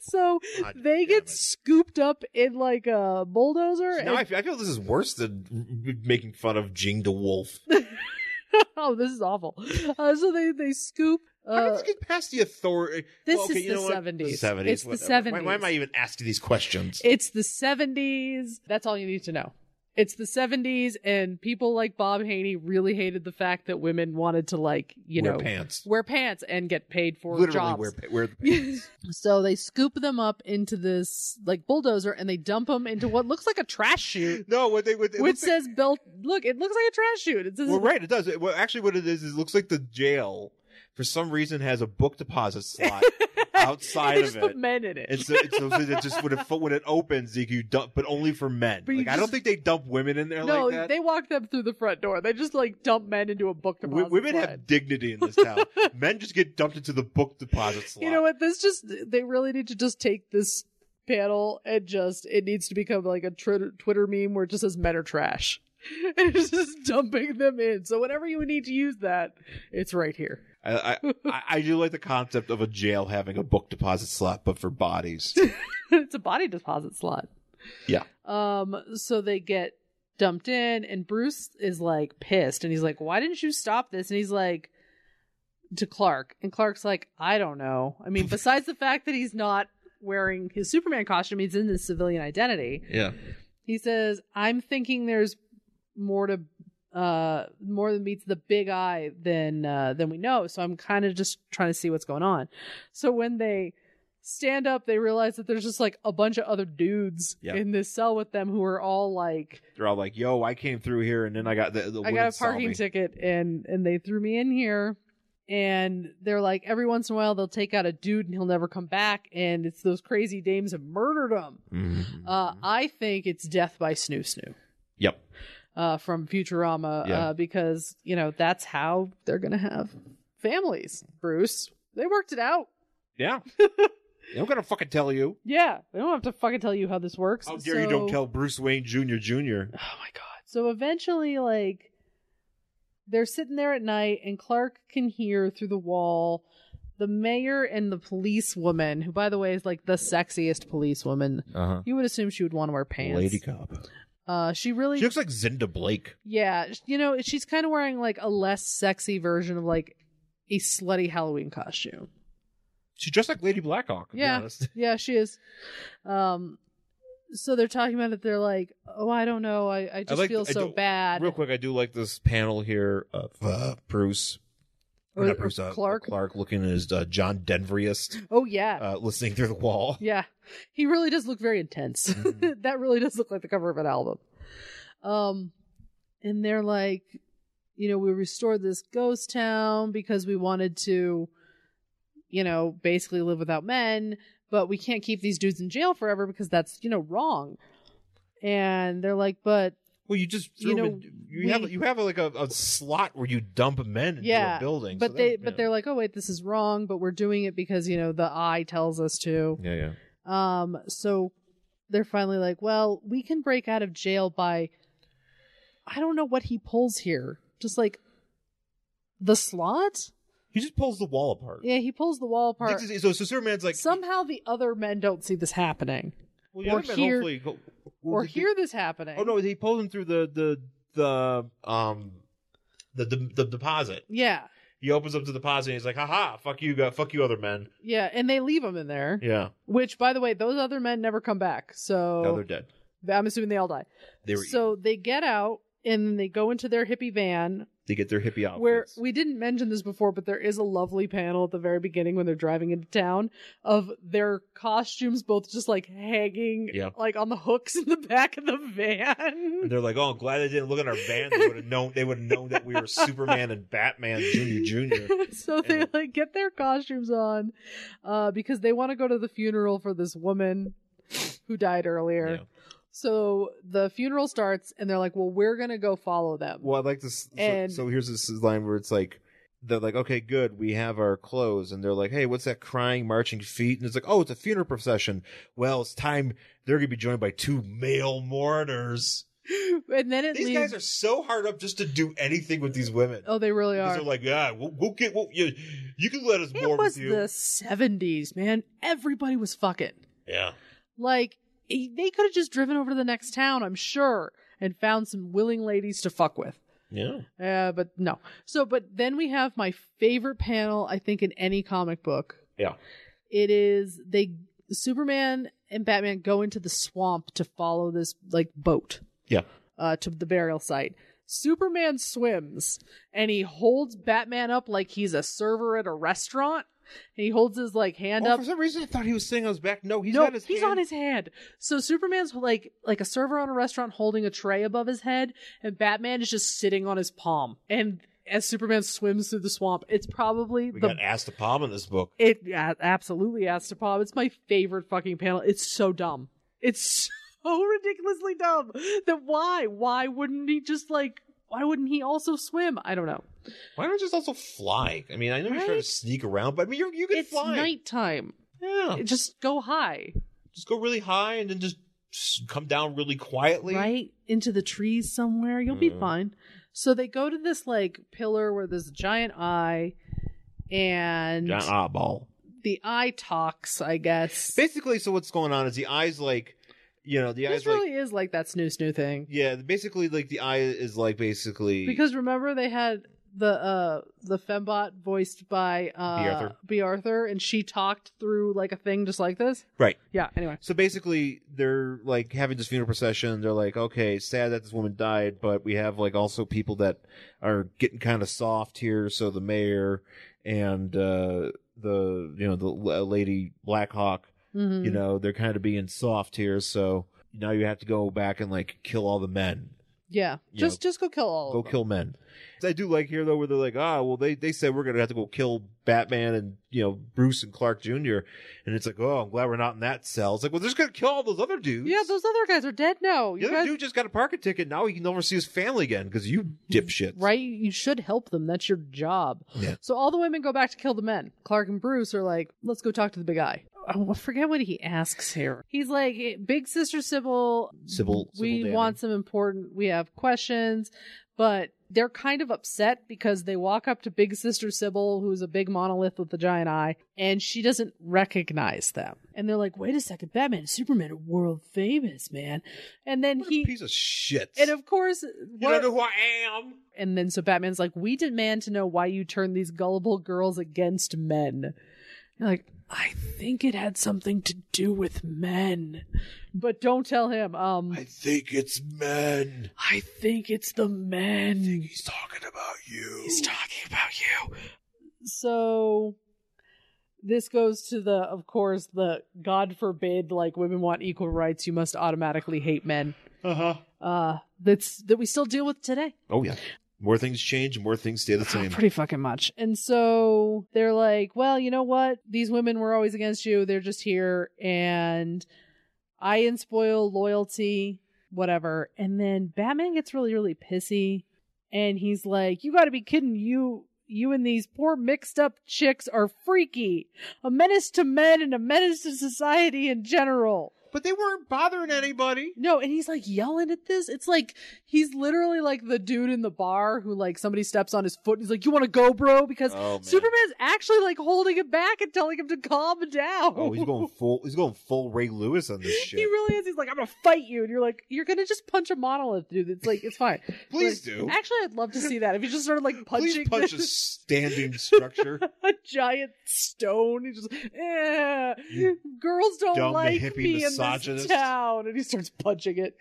[SPEAKER 1] So
[SPEAKER 2] God
[SPEAKER 1] they
[SPEAKER 2] damn
[SPEAKER 1] get
[SPEAKER 2] it.
[SPEAKER 1] scooped up in like a bulldozer.
[SPEAKER 2] Now I
[SPEAKER 1] and-
[SPEAKER 2] feel, I feel this is worse than making fun of Jing the Wolf.
[SPEAKER 1] oh, this is awful. Uh, so they they scoop.
[SPEAKER 2] How did
[SPEAKER 1] Uh,
[SPEAKER 2] this get past the authority?
[SPEAKER 1] this
[SPEAKER 2] Well, okay,
[SPEAKER 1] is
[SPEAKER 2] you know
[SPEAKER 1] the
[SPEAKER 2] what?
[SPEAKER 1] seventies.
[SPEAKER 2] The 70s.
[SPEAKER 1] It's the
[SPEAKER 2] whatever. Why,
[SPEAKER 1] seventies.
[SPEAKER 2] why am I even asking these questions?
[SPEAKER 1] It's the 70s. That's all you need to know. It's the 70s, and people like Bob Haney really hated the fact that women wanted to, like, you
[SPEAKER 2] wear
[SPEAKER 1] know,
[SPEAKER 2] pants.
[SPEAKER 1] wear pants and get paid for
[SPEAKER 2] Literally
[SPEAKER 1] jobs.
[SPEAKER 2] wear pa- wear the pants.
[SPEAKER 1] so they scoop them up into this, like, bulldozer and they dump them into what looks like a trash chute,
[SPEAKER 2] no, what they what, it
[SPEAKER 1] which
[SPEAKER 2] looks like-
[SPEAKER 1] says, belt. Look, it looks like a trash chute. It says,
[SPEAKER 2] well, right, it does. It, well, actually, what it is is it looks like the jail for some reason has a book deposit slot outside
[SPEAKER 1] they just
[SPEAKER 2] of
[SPEAKER 1] put
[SPEAKER 2] it.
[SPEAKER 1] men in it.
[SPEAKER 2] And so, and so it just when it fo- when it opens, you, you dump, but only for men.
[SPEAKER 1] But you
[SPEAKER 2] Like I don't
[SPEAKER 1] just-
[SPEAKER 2] think they dump women in there
[SPEAKER 1] no,
[SPEAKER 2] like that.
[SPEAKER 1] they walk them through the front door. They just, like, dump men into a book
[SPEAKER 2] W-
[SPEAKER 1] deposit.
[SPEAKER 2] women
[SPEAKER 1] slide.
[SPEAKER 2] have dignity in this town. Men just get dumped into the book deposit slot.
[SPEAKER 1] You know what? This just they really need to just take this panel and just it needs to become like a tr- Twitter meme where it just says men are trash. And it's just dumping them in. So whenever you need to use that, it's right here.
[SPEAKER 2] I, I- I, I do like the concept of a jail having a book deposit slot, but for bodies.
[SPEAKER 1] it's a body deposit slot.
[SPEAKER 2] Yeah.
[SPEAKER 1] Um so they get dumped in and Bruce is like pissed and he's like, "Why didn't you stop this?" And he's like to Clark. And Clark's like, "I don't know. I mean, besides the fact that he's not wearing his Superman costume, he's in his civilian identity."
[SPEAKER 2] yeah.
[SPEAKER 1] He says, "I'm thinking there's more to uh more than meets the big eye than uh than we know. So I'm kind of just trying to see what's going on." So when they stand up, they realize that there's just like a bunch of other dudes
[SPEAKER 2] Yeah.
[SPEAKER 1] in this cell with them who are all like,
[SPEAKER 2] They're all like, yo, I came through here and then I got the, the
[SPEAKER 1] "I got a parking ticket and and they threw me in here." And they're like, every once in a while, they'll take out a dude and he'll never come back. And it's those crazy dames have murdered him. Uh, I think it's death by snoo snoo.
[SPEAKER 2] Mm-hmm. yep.
[SPEAKER 1] uh, from Futurama
[SPEAKER 2] Yeah.
[SPEAKER 1] uh, because you know that's how they're gonna have families. Bruce, they worked it out.
[SPEAKER 2] Yeah. I'm going to fucking tell you.
[SPEAKER 1] Yeah, they don't have to fucking tell you how this works.
[SPEAKER 2] How dare you don't
[SPEAKER 1] So-
[SPEAKER 2] tell Bruce Wayne Jr. Jr.
[SPEAKER 1] Oh my god. So eventually, like, they're sitting there at night, and Clark can hear through the wall the mayor and the police woman, who, by the way, is like the sexiest police woman.
[SPEAKER 2] Uh-huh.
[SPEAKER 1] You would assume she would want to wear pants.
[SPEAKER 2] Lady Cop.
[SPEAKER 1] Uh, she really
[SPEAKER 2] She looks like Zinda Blake.
[SPEAKER 1] Yeah, sh- you know, she's kind of wearing like a less sexy version of like a slutty Halloween costume.
[SPEAKER 2] She dressed like Lady Blackhawk. to be
[SPEAKER 1] Yeah.
[SPEAKER 2] honest.
[SPEAKER 1] Yeah, she is. Um so they're talking about it they're like, "Oh, I don't know. I I just
[SPEAKER 2] like
[SPEAKER 1] feel
[SPEAKER 2] the- I
[SPEAKER 1] so
[SPEAKER 2] do-
[SPEAKER 1] bad."
[SPEAKER 2] Real quick, I do like this panel here of uh, Bruce. Or,
[SPEAKER 1] Or-
[SPEAKER 2] not
[SPEAKER 1] or
[SPEAKER 2] Bruce, uh,
[SPEAKER 1] Clark.
[SPEAKER 2] Clark looking at his uh, John Denveriest,
[SPEAKER 1] oh yeah.
[SPEAKER 2] uh, listening through the wall.
[SPEAKER 1] yeah. He really does look very intense. that really does look like the cover of an album. Um and they're like, you know, we restored this ghost town because we wanted to you know, basically live without men. but we can't keep these dudes in jail forever because that's you know wrong. And they're like, but
[SPEAKER 2] Well, you just
[SPEAKER 1] You
[SPEAKER 2] threw
[SPEAKER 1] know,
[SPEAKER 2] them in, you
[SPEAKER 1] we-
[SPEAKER 2] have you have like a, a slot where you dump men into
[SPEAKER 1] Yeah,
[SPEAKER 2] a building.
[SPEAKER 1] but
[SPEAKER 2] so
[SPEAKER 1] they
[SPEAKER 2] that-
[SPEAKER 1] but they're like, oh wait, this is wrong, but we're doing it because you know the eye tells us to.
[SPEAKER 2] yeah yeah
[SPEAKER 1] Um, so they're finally like, well, we can break out of jail by, I don't know what he pulls here, just like the slot.
[SPEAKER 2] he just pulls the wall apart.
[SPEAKER 1] Yeah, he pulls the wall apart.
[SPEAKER 2] Dixie's- So, so Superman's like
[SPEAKER 1] Somehow the other men don't see this happening
[SPEAKER 2] well, the
[SPEAKER 1] or
[SPEAKER 2] other men
[SPEAKER 1] here-
[SPEAKER 2] hopefully go- well,
[SPEAKER 1] or
[SPEAKER 2] they-
[SPEAKER 1] hear this happening.
[SPEAKER 2] Oh no, he pulls him through the the the um the the, the deposit.
[SPEAKER 1] Yeah,
[SPEAKER 2] He opens up the deposit. and He's like, haha, fuck you, gu- fuck you, other men.
[SPEAKER 1] yeah, and they leave him in there.
[SPEAKER 2] Yeah,
[SPEAKER 1] Which, by the way, those other men never come back.
[SPEAKER 2] now
[SPEAKER 1] So
[SPEAKER 2] they're dead.
[SPEAKER 1] I'm assuming they all die.
[SPEAKER 2] They were
[SPEAKER 1] so they get out and they go into their hippie van
[SPEAKER 2] they get their hippie outfits.
[SPEAKER 1] where we didn't mention this before but there is a lovely panel at the very beginning when they're driving into town of their costumes both just like hanging
[SPEAKER 2] Yeah.
[SPEAKER 1] like on the hooks in the back of the
[SPEAKER 2] And
[SPEAKER 1] van
[SPEAKER 2] they're like, "Oh, I'm glad they didn't look at our van. They would have known. They would have known that we were Superman and Batman Junior Junior."
[SPEAKER 1] so they
[SPEAKER 2] And-
[SPEAKER 1] like get their costumes on uh because they want to go to the funeral for this woman who died earlier
[SPEAKER 2] Yeah.
[SPEAKER 1] so the funeral starts and they're like well we're gonna go follow them
[SPEAKER 2] Well, I like this. So,
[SPEAKER 1] And-
[SPEAKER 2] so here's this line where it's like, they're like, okay, good, we have our clothes. And they're like, hey, what's that crying, marching feet? And it's like, oh, it's a funeral procession. Well, it's time they're going to be joined by two male mourners.
[SPEAKER 1] and then it
[SPEAKER 2] These
[SPEAKER 1] leads
[SPEAKER 2] guys are so hard up just to do anything with these women.
[SPEAKER 1] oh they really
[SPEAKER 2] Because
[SPEAKER 1] are
[SPEAKER 2] they're like, yeah, we'll, we'll get, we'll, you, you can let us
[SPEAKER 1] It
[SPEAKER 2] mourn
[SPEAKER 1] was
[SPEAKER 2] with you.
[SPEAKER 1] the 70s, man. Everybody was fucking.
[SPEAKER 2] Yeah.
[SPEAKER 1] Like, e- they could have just driven over to the next town, I'm sure, and found some willing ladies to fuck with.
[SPEAKER 2] Yeah.
[SPEAKER 1] Uh, but no. So, but then we have my favorite panel, I think, in any comic book.
[SPEAKER 2] Yeah.
[SPEAKER 1] It is they, Superman and Batman go into the swamp to follow this, like, boat
[SPEAKER 2] Yeah.
[SPEAKER 1] uh, to the burial site. Superman swims and he holds Batman up like he's a server at a restaurant. And he holds his like hand
[SPEAKER 2] Oh,
[SPEAKER 1] up.
[SPEAKER 2] for some reason, I thought he was sitting on his back. No, he's
[SPEAKER 1] no,
[SPEAKER 2] got his
[SPEAKER 1] he's
[SPEAKER 2] hand-
[SPEAKER 1] on his hand. So Superman's like like a server on a restaurant holding a tray above his head, and Batman is just sitting on his palm. And as Superman swims through the swamp, it's probably
[SPEAKER 2] We
[SPEAKER 1] the
[SPEAKER 2] got asked to palm in this book.
[SPEAKER 1] it yeah, absolutely Astapop. It's my favorite fucking panel. It's so dumb. It's so ridiculously dumb that why? Why wouldn't he just like why wouldn't he also swim? I don't know.
[SPEAKER 2] Why don't you just also fly? I mean, I know you're trying
[SPEAKER 1] Right?
[SPEAKER 2] to sneak around, but I mean, you're, you can
[SPEAKER 1] it's
[SPEAKER 2] fly.
[SPEAKER 1] nighttime.
[SPEAKER 2] Yeah.
[SPEAKER 1] Just go high,
[SPEAKER 2] just go really high and then just s- come down really quietly.
[SPEAKER 1] right? Into the trees somewhere. You'll be
[SPEAKER 2] Mhm.
[SPEAKER 1] fine. So they go to this like pillar where there's a giant eye and
[SPEAKER 2] Giant eyeball.
[SPEAKER 1] the eye talks, I guess.
[SPEAKER 2] Basically, so what's going on is the eyes like, you know, the eyes
[SPEAKER 1] This
[SPEAKER 2] like,
[SPEAKER 1] really is like that snoo snoo thing.
[SPEAKER 2] yeah. Basically, like the eye is like basically
[SPEAKER 1] Because remember they had the uh the fembot voiced by uh
[SPEAKER 2] Bea Arthur.
[SPEAKER 1] Bea Arthur, and she talked through like a thing just like this.
[SPEAKER 2] right.
[SPEAKER 1] Yeah, anyway.
[SPEAKER 2] So basically, they're like having this funeral procession. They're like, okay, it's sad that this woman died, but we have like also people that are getting kind of soft here. So the mayor and uh, the you know the l- lady Blackhawk
[SPEAKER 1] Mhm.
[SPEAKER 2] you know they're kind of being soft here so now you have to go back and like kill all the men
[SPEAKER 1] yeah.
[SPEAKER 2] you
[SPEAKER 1] Just just go kill all
[SPEAKER 2] go
[SPEAKER 1] of them.
[SPEAKER 2] kill men i do like here though where they're like ah well they they said we're gonna have to go kill batman and you know bruce and clark jr and it's like oh i'm glad we're not in that cell it's like well they're just gonna kill all those other dudes
[SPEAKER 1] Yeah, those other guys are dead now.
[SPEAKER 2] the
[SPEAKER 1] You
[SPEAKER 2] other
[SPEAKER 1] guys
[SPEAKER 2] dude just got a parking ticket now he can never see his family again because you dipshits
[SPEAKER 1] right? You should help them. That's your job.
[SPEAKER 2] Yeah.
[SPEAKER 1] So all the women go back to kill the men. Clark and Bruce are like, let's go talk to the big guy. I forget what he asks here. He's like, "Eh, Big Sister Sybil,
[SPEAKER 2] Sybil-
[SPEAKER 1] we
[SPEAKER 2] Sybil Danning.
[SPEAKER 1] want some important, we have questions, but they're kind of upset because they walk up to Big Sister Sybil, who's a big monolith with a giant eye, and she doesn't recognize them. And they're like, wait a second, Batman and Superman are world famous, man. And then
[SPEAKER 2] What a
[SPEAKER 1] he,
[SPEAKER 2] piece of shit
[SPEAKER 1] and of course,
[SPEAKER 2] you don't know who i am
[SPEAKER 1] and then so Batman's like, "We demand to know why you turn these gullible girls against men." You're like, "I think it had something to do with men, but don't tell him." Um,
[SPEAKER 2] i
[SPEAKER 1] I,
[SPEAKER 2] think it's men
[SPEAKER 1] think it's the men
[SPEAKER 2] he's talking about you
[SPEAKER 1] he's talking about you. So this goes to the, of course, the God forbid, like women want equal rights. You must automatically hate men.
[SPEAKER 2] uh-huh
[SPEAKER 1] Uh, that's that we still deal with today.
[SPEAKER 2] oh yeah More things change, more things stay the same.
[SPEAKER 1] Ah, Pretty fucking much. And so they're like, well, you know what? These women were always against you. They're just here. And I and spoil loyalty, whatever. And then Batman gets really, really pissy. And he's like, you got to be kidding. You. You and these poor mixed up chicks are freaky, a menace to men and a menace to society in general.
[SPEAKER 2] but they weren't bothering anybody.
[SPEAKER 1] No, and he's like yelling at this. It's like he's literally like the dude in the bar who like somebody steps on his foot and he's like, "You want to go, bro?" Because
[SPEAKER 2] Oh, man.
[SPEAKER 1] Superman's actually like holding him back and telling him to calm down.
[SPEAKER 2] Oh, he's going full. He's going full Ray Lewis on this shit.
[SPEAKER 1] He really is. He's like, "I'm gonna fight you," and you're like, "You're gonna just punch a monolith, dude." It's like it's fine.
[SPEAKER 2] Please
[SPEAKER 1] Like,
[SPEAKER 2] do.
[SPEAKER 1] Actually, I'd love to see that if he just started like punching
[SPEAKER 2] Please punch a
[SPEAKER 1] this-
[SPEAKER 2] standing structure.
[SPEAKER 1] a giant stone. He just, eh, girls don't
[SPEAKER 2] dumb
[SPEAKER 1] like
[SPEAKER 2] hippie
[SPEAKER 1] me in this
[SPEAKER 2] misogynist."
[SPEAKER 1] town, and he starts punching it.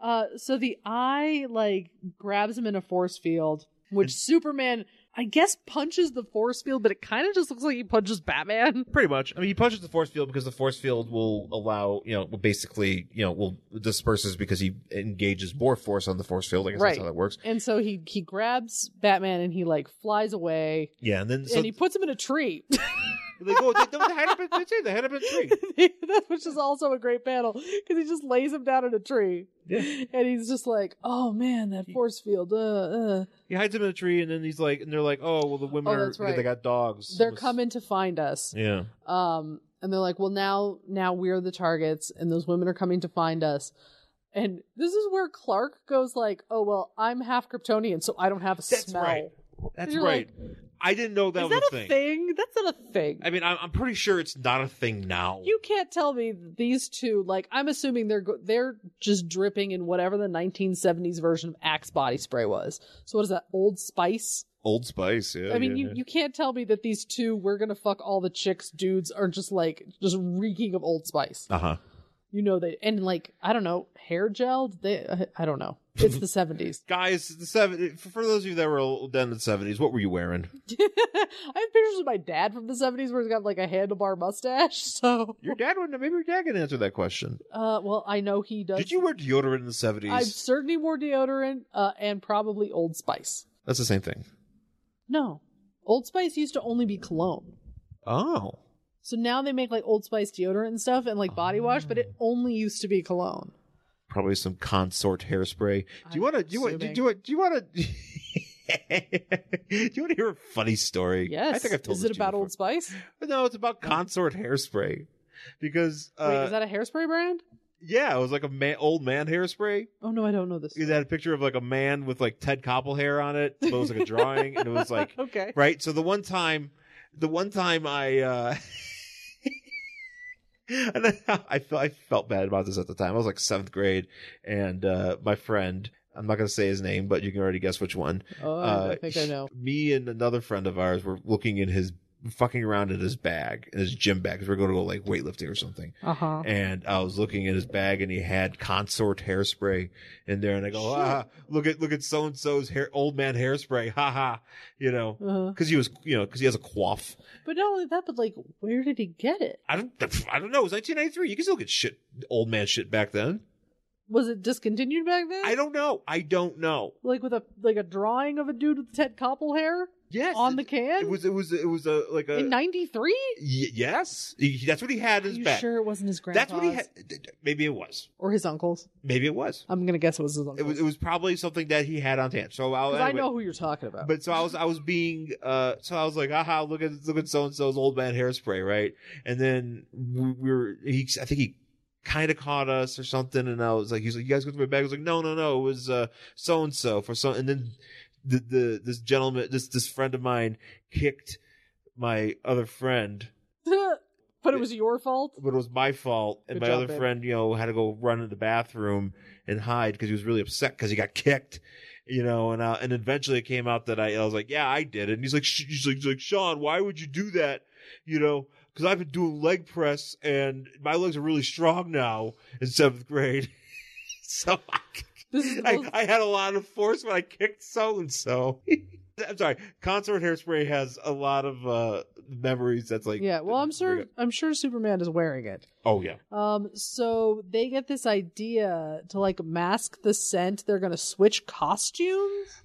[SPEAKER 1] Uh, so the eye like grabs him in a force field, which Superman, I guess, punches the force field, but it kind of just looks like he punches Batman.
[SPEAKER 2] Pretty much. I mean, he punches the force field because the force field will allow, you know, will basically, you know, will disperses because he engages more force on the force field. I guess
[SPEAKER 1] Right.
[SPEAKER 2] that's how that works.
[SPEAKER 1] And so he he grabs Batman and he like flies away.
[SPEAKER 2] Yeah, and then so
[SPEAKER 1] and he puts him in a tree.
[SPEAKER 2] they go. They, they had him in they did, they had him in three.
[SPEAKER 1] That- which is also a great panel because he just lays him down in a tree, and he's just like, "Oh man, that force field." Uh, uh.
[SPEAKER 2] He hides him in a tree, and then he's like, and they're like, oh, well, the women
[SPEAKER 1] Oh,
[SPEAKER 2] are
[SPEAKER 1] that's
[SPEAKER 2] because they
[SPEAKER 1] right.
[SPEAKER 2] got dogs.
[SPEAKER 1] They're
[SPEAKER 2] Let's-
[SPEAKER 1] coming to find us,
[SPEAKER 2] Yeah.
[SPEAKER 1] um, and they're like, "Well, now, now we're the targets, and those women are coming to find us." And this is where Clark goes like, "Oh well, I'm half Kryptonian, so I don't have a
[SPEAKER 2] That's
[SPEAKER 1] smell."
[SPEAKER 2] right. That's
[SPEAKER 1] You're
[SPEAKER 2] right. I didn't know that
[SPEAKER 1] Is
[SPEAKER 2] was
[SPEAKER 1] that a thing. That's not a thing.
[SPEAKER 2] I mean, I'm, I'm pretty sure it's not a thing now.
[SPEAKER 1] you can't tell me that these two like i'm assuming they're go- they're just dripping in whatever the 1970s version of axe body spray was so what is that old spice
[SPEAKER 2] Old Spice. Yeah.
[SPEAKER 1] i mean
[SPEAKER 2] yeah,
[SPEAKER 1] you, you can't tell me that these two we're gonna fuck all the chicks dudes are just like just reeking of old spice
[SPEAKER 2] Uh huh.
[SPEAKER 1] you know they and like i don't know hair gel Did they i, I don't know it's the 70s
[SPEAKER 2] Guys, the seven. For those of you that were done in the seventies, what were you wearing?
[SPEAKER 1] i have pictures of my dad from the 70s where he's got like a handlebar mustache so
[SPEAKER 2] Your dad wouldn't. Maybe your dad can answer that question.
[SPEAKER 1] uh well i know he does
[SPEAKER 2] Did you wear deodorant in the seventies?
[SPEAKER 1] I've certainly wore deodorant uh, and probably Old Spice.
[SPEAKER 2] That's the same thing.
[SPEAKER 1] No, Old Spice used to only be cologne.
[SPEAKER 2] Oh,
[SPEAKER 1] So now they make like Old Spice deodorant and stuff and like body wash, but it
[SPEAKER 2] Oh.
[SPEAKER 1] only used to be cologne.
[SPEAKER 2] probably some consort hairspray. Do you
[SPEAKER 1] I'm
[SPEAKER 2] want to? Do you want? Do
[SPEAKER 1] assuming.
[SPEAKER 2] you want? Do you want to? Do you want to hear a funny story?
[SPEAKER 1] Yes.
[SPEAKER 2] I think I've told
[SPEAKER 1] Is
[SPEAKER 2] this
[SPEAKER 1] it
[SPEAKER 2] to you
[SPEAKER 1] about Old
[SPEAKER 2] before.
[SPEAKER 1] Spice?
[SPEAKER 2] No, it's about consort hairspray. Because uh,
[SPEAKER 1] Wait, is that a hairspray brand?
[SPEAKER 2] yeah, it was like a man, old man hairspray.
[SPEAKER 1] Oh no, I don't know this.
[SPEAKER 2] It had a picture of like a man with like Ted Koppel hair on it. It was like a drawing, and it was like
[SPEAKER 1] okay.
[SPEAKER 2] right? So the one time, the one time I, uh, and I, I felt I felt bad about this at the time. I was like seventh grade, and uh, my friend, I'm not gonna say his name, but you can already guess which one.
[SPEAKER 1] Oh,
[SPEAKER 2] Uh,
[SPEAKER 1] I think I know.
[SPEAKER 2] Me and another friend of ours were looking in his, fucking around in his bag, in his gym bag, because we're going to go like weightlifting or something.
[SPEAKER 1] Uh huh.
[SPEAKER 2] And I was looking at his bag, and he had consort hairspray in there, and I go, ah, look at look at so and so's hair, old man hairspray, ha ha, you know
[SPEAKER 1] Uh-huh.
[SPEAKER 2] because he was you know because he has a quaff.
[SPEAKER 1] But not only that, but like, where did he get it?
[SPEAKER 2] I don't I don't know. It was 1993. You can still get shit old man shit back then.
[SPEAKER 1] Was it discontinued back then?
[SPEAKER 2] I don't know. I don't know.
[SPEAKER 1] like with a like a drawing of a dude with Ted Koppel hair
[SPEAKER 2] Yes,
[SPEAKER 1] on
[SPEAKER 2] it-
[SPEAKER 1] the can
[SPEAKER 2] It was it was it was a like a
[SPEAKER 1] in '93.
[SPEAKER 2] y- yes. He- that's what he had
[SPEAKER 1] Are
[SPEAKER 2] in his
[SPEAKER 1] you
[SPEAKER 2] back.
[SPEAKER 1] sure it wasn't his grandpa's?
[SPEAKER 2] That's what he had. Maybe it was.
[SPEAKER 1] or his uncle's.
[SPEAKER 2] Maybe it was.
[SPEAKER 1] I'm gonna guess it was his uncle's.
[SPEAKER 2] It was. It was probably something that he had on hand. So I'll,
[SPEAKER 1] 'Cause
[SPEAKER 2] anyway,
[SPEAKER 1] I know who you're talking about.
[SPEAKER 2] But so I was, I was being, uh, so I was like, aha, look at, look at so and so's old man hairspray, right? And then we, we were, he, I think he kind of caught us or something. And I was like, he's like, you guys go through my bag. I was like, no, no, no, it was, uh, so and so for so. And then the, the, this gentleman, this, this friend of mine kicked my other friend,
[SPEAKER 1] but it was your fault.
[SPEAKER 2] but it was my fault. And
[SPEAKER 1] Good
[SPEAKER 2] my
[SPEAKER 1] job,
[SPEAKER 2] other
[SPEAKER 1] babe.
[SPEAKER 2] friend, you know, had to go run in the bathroom and hide because he was really upset because he got kicked, you know. And uh, and eventually it came out that I, I was like, yeah, I did it. And he's like, sh- he's like, he's like, Sean, why would you do that? You know, because I've been doing leg press and my legs are really strong now in seventh grade. so I,
[SPEAKER 1] This is the
[SPEAKER 2] I,
[SPEAKER 1] most-
[SPEAKER 2] I had a lot of force when I kicked so and so. I'm sorry. Consort hairspray has a lot of uh, memories. That's like
[SPEAKER 1] yeah. Well, I'm sure. I'm sure Superman is wearing it.
[SPEAKER 2] Oh yeah.
[SPEAKER 1] Um. So they get this idea to like mask the scent. They're gonna switch costumes.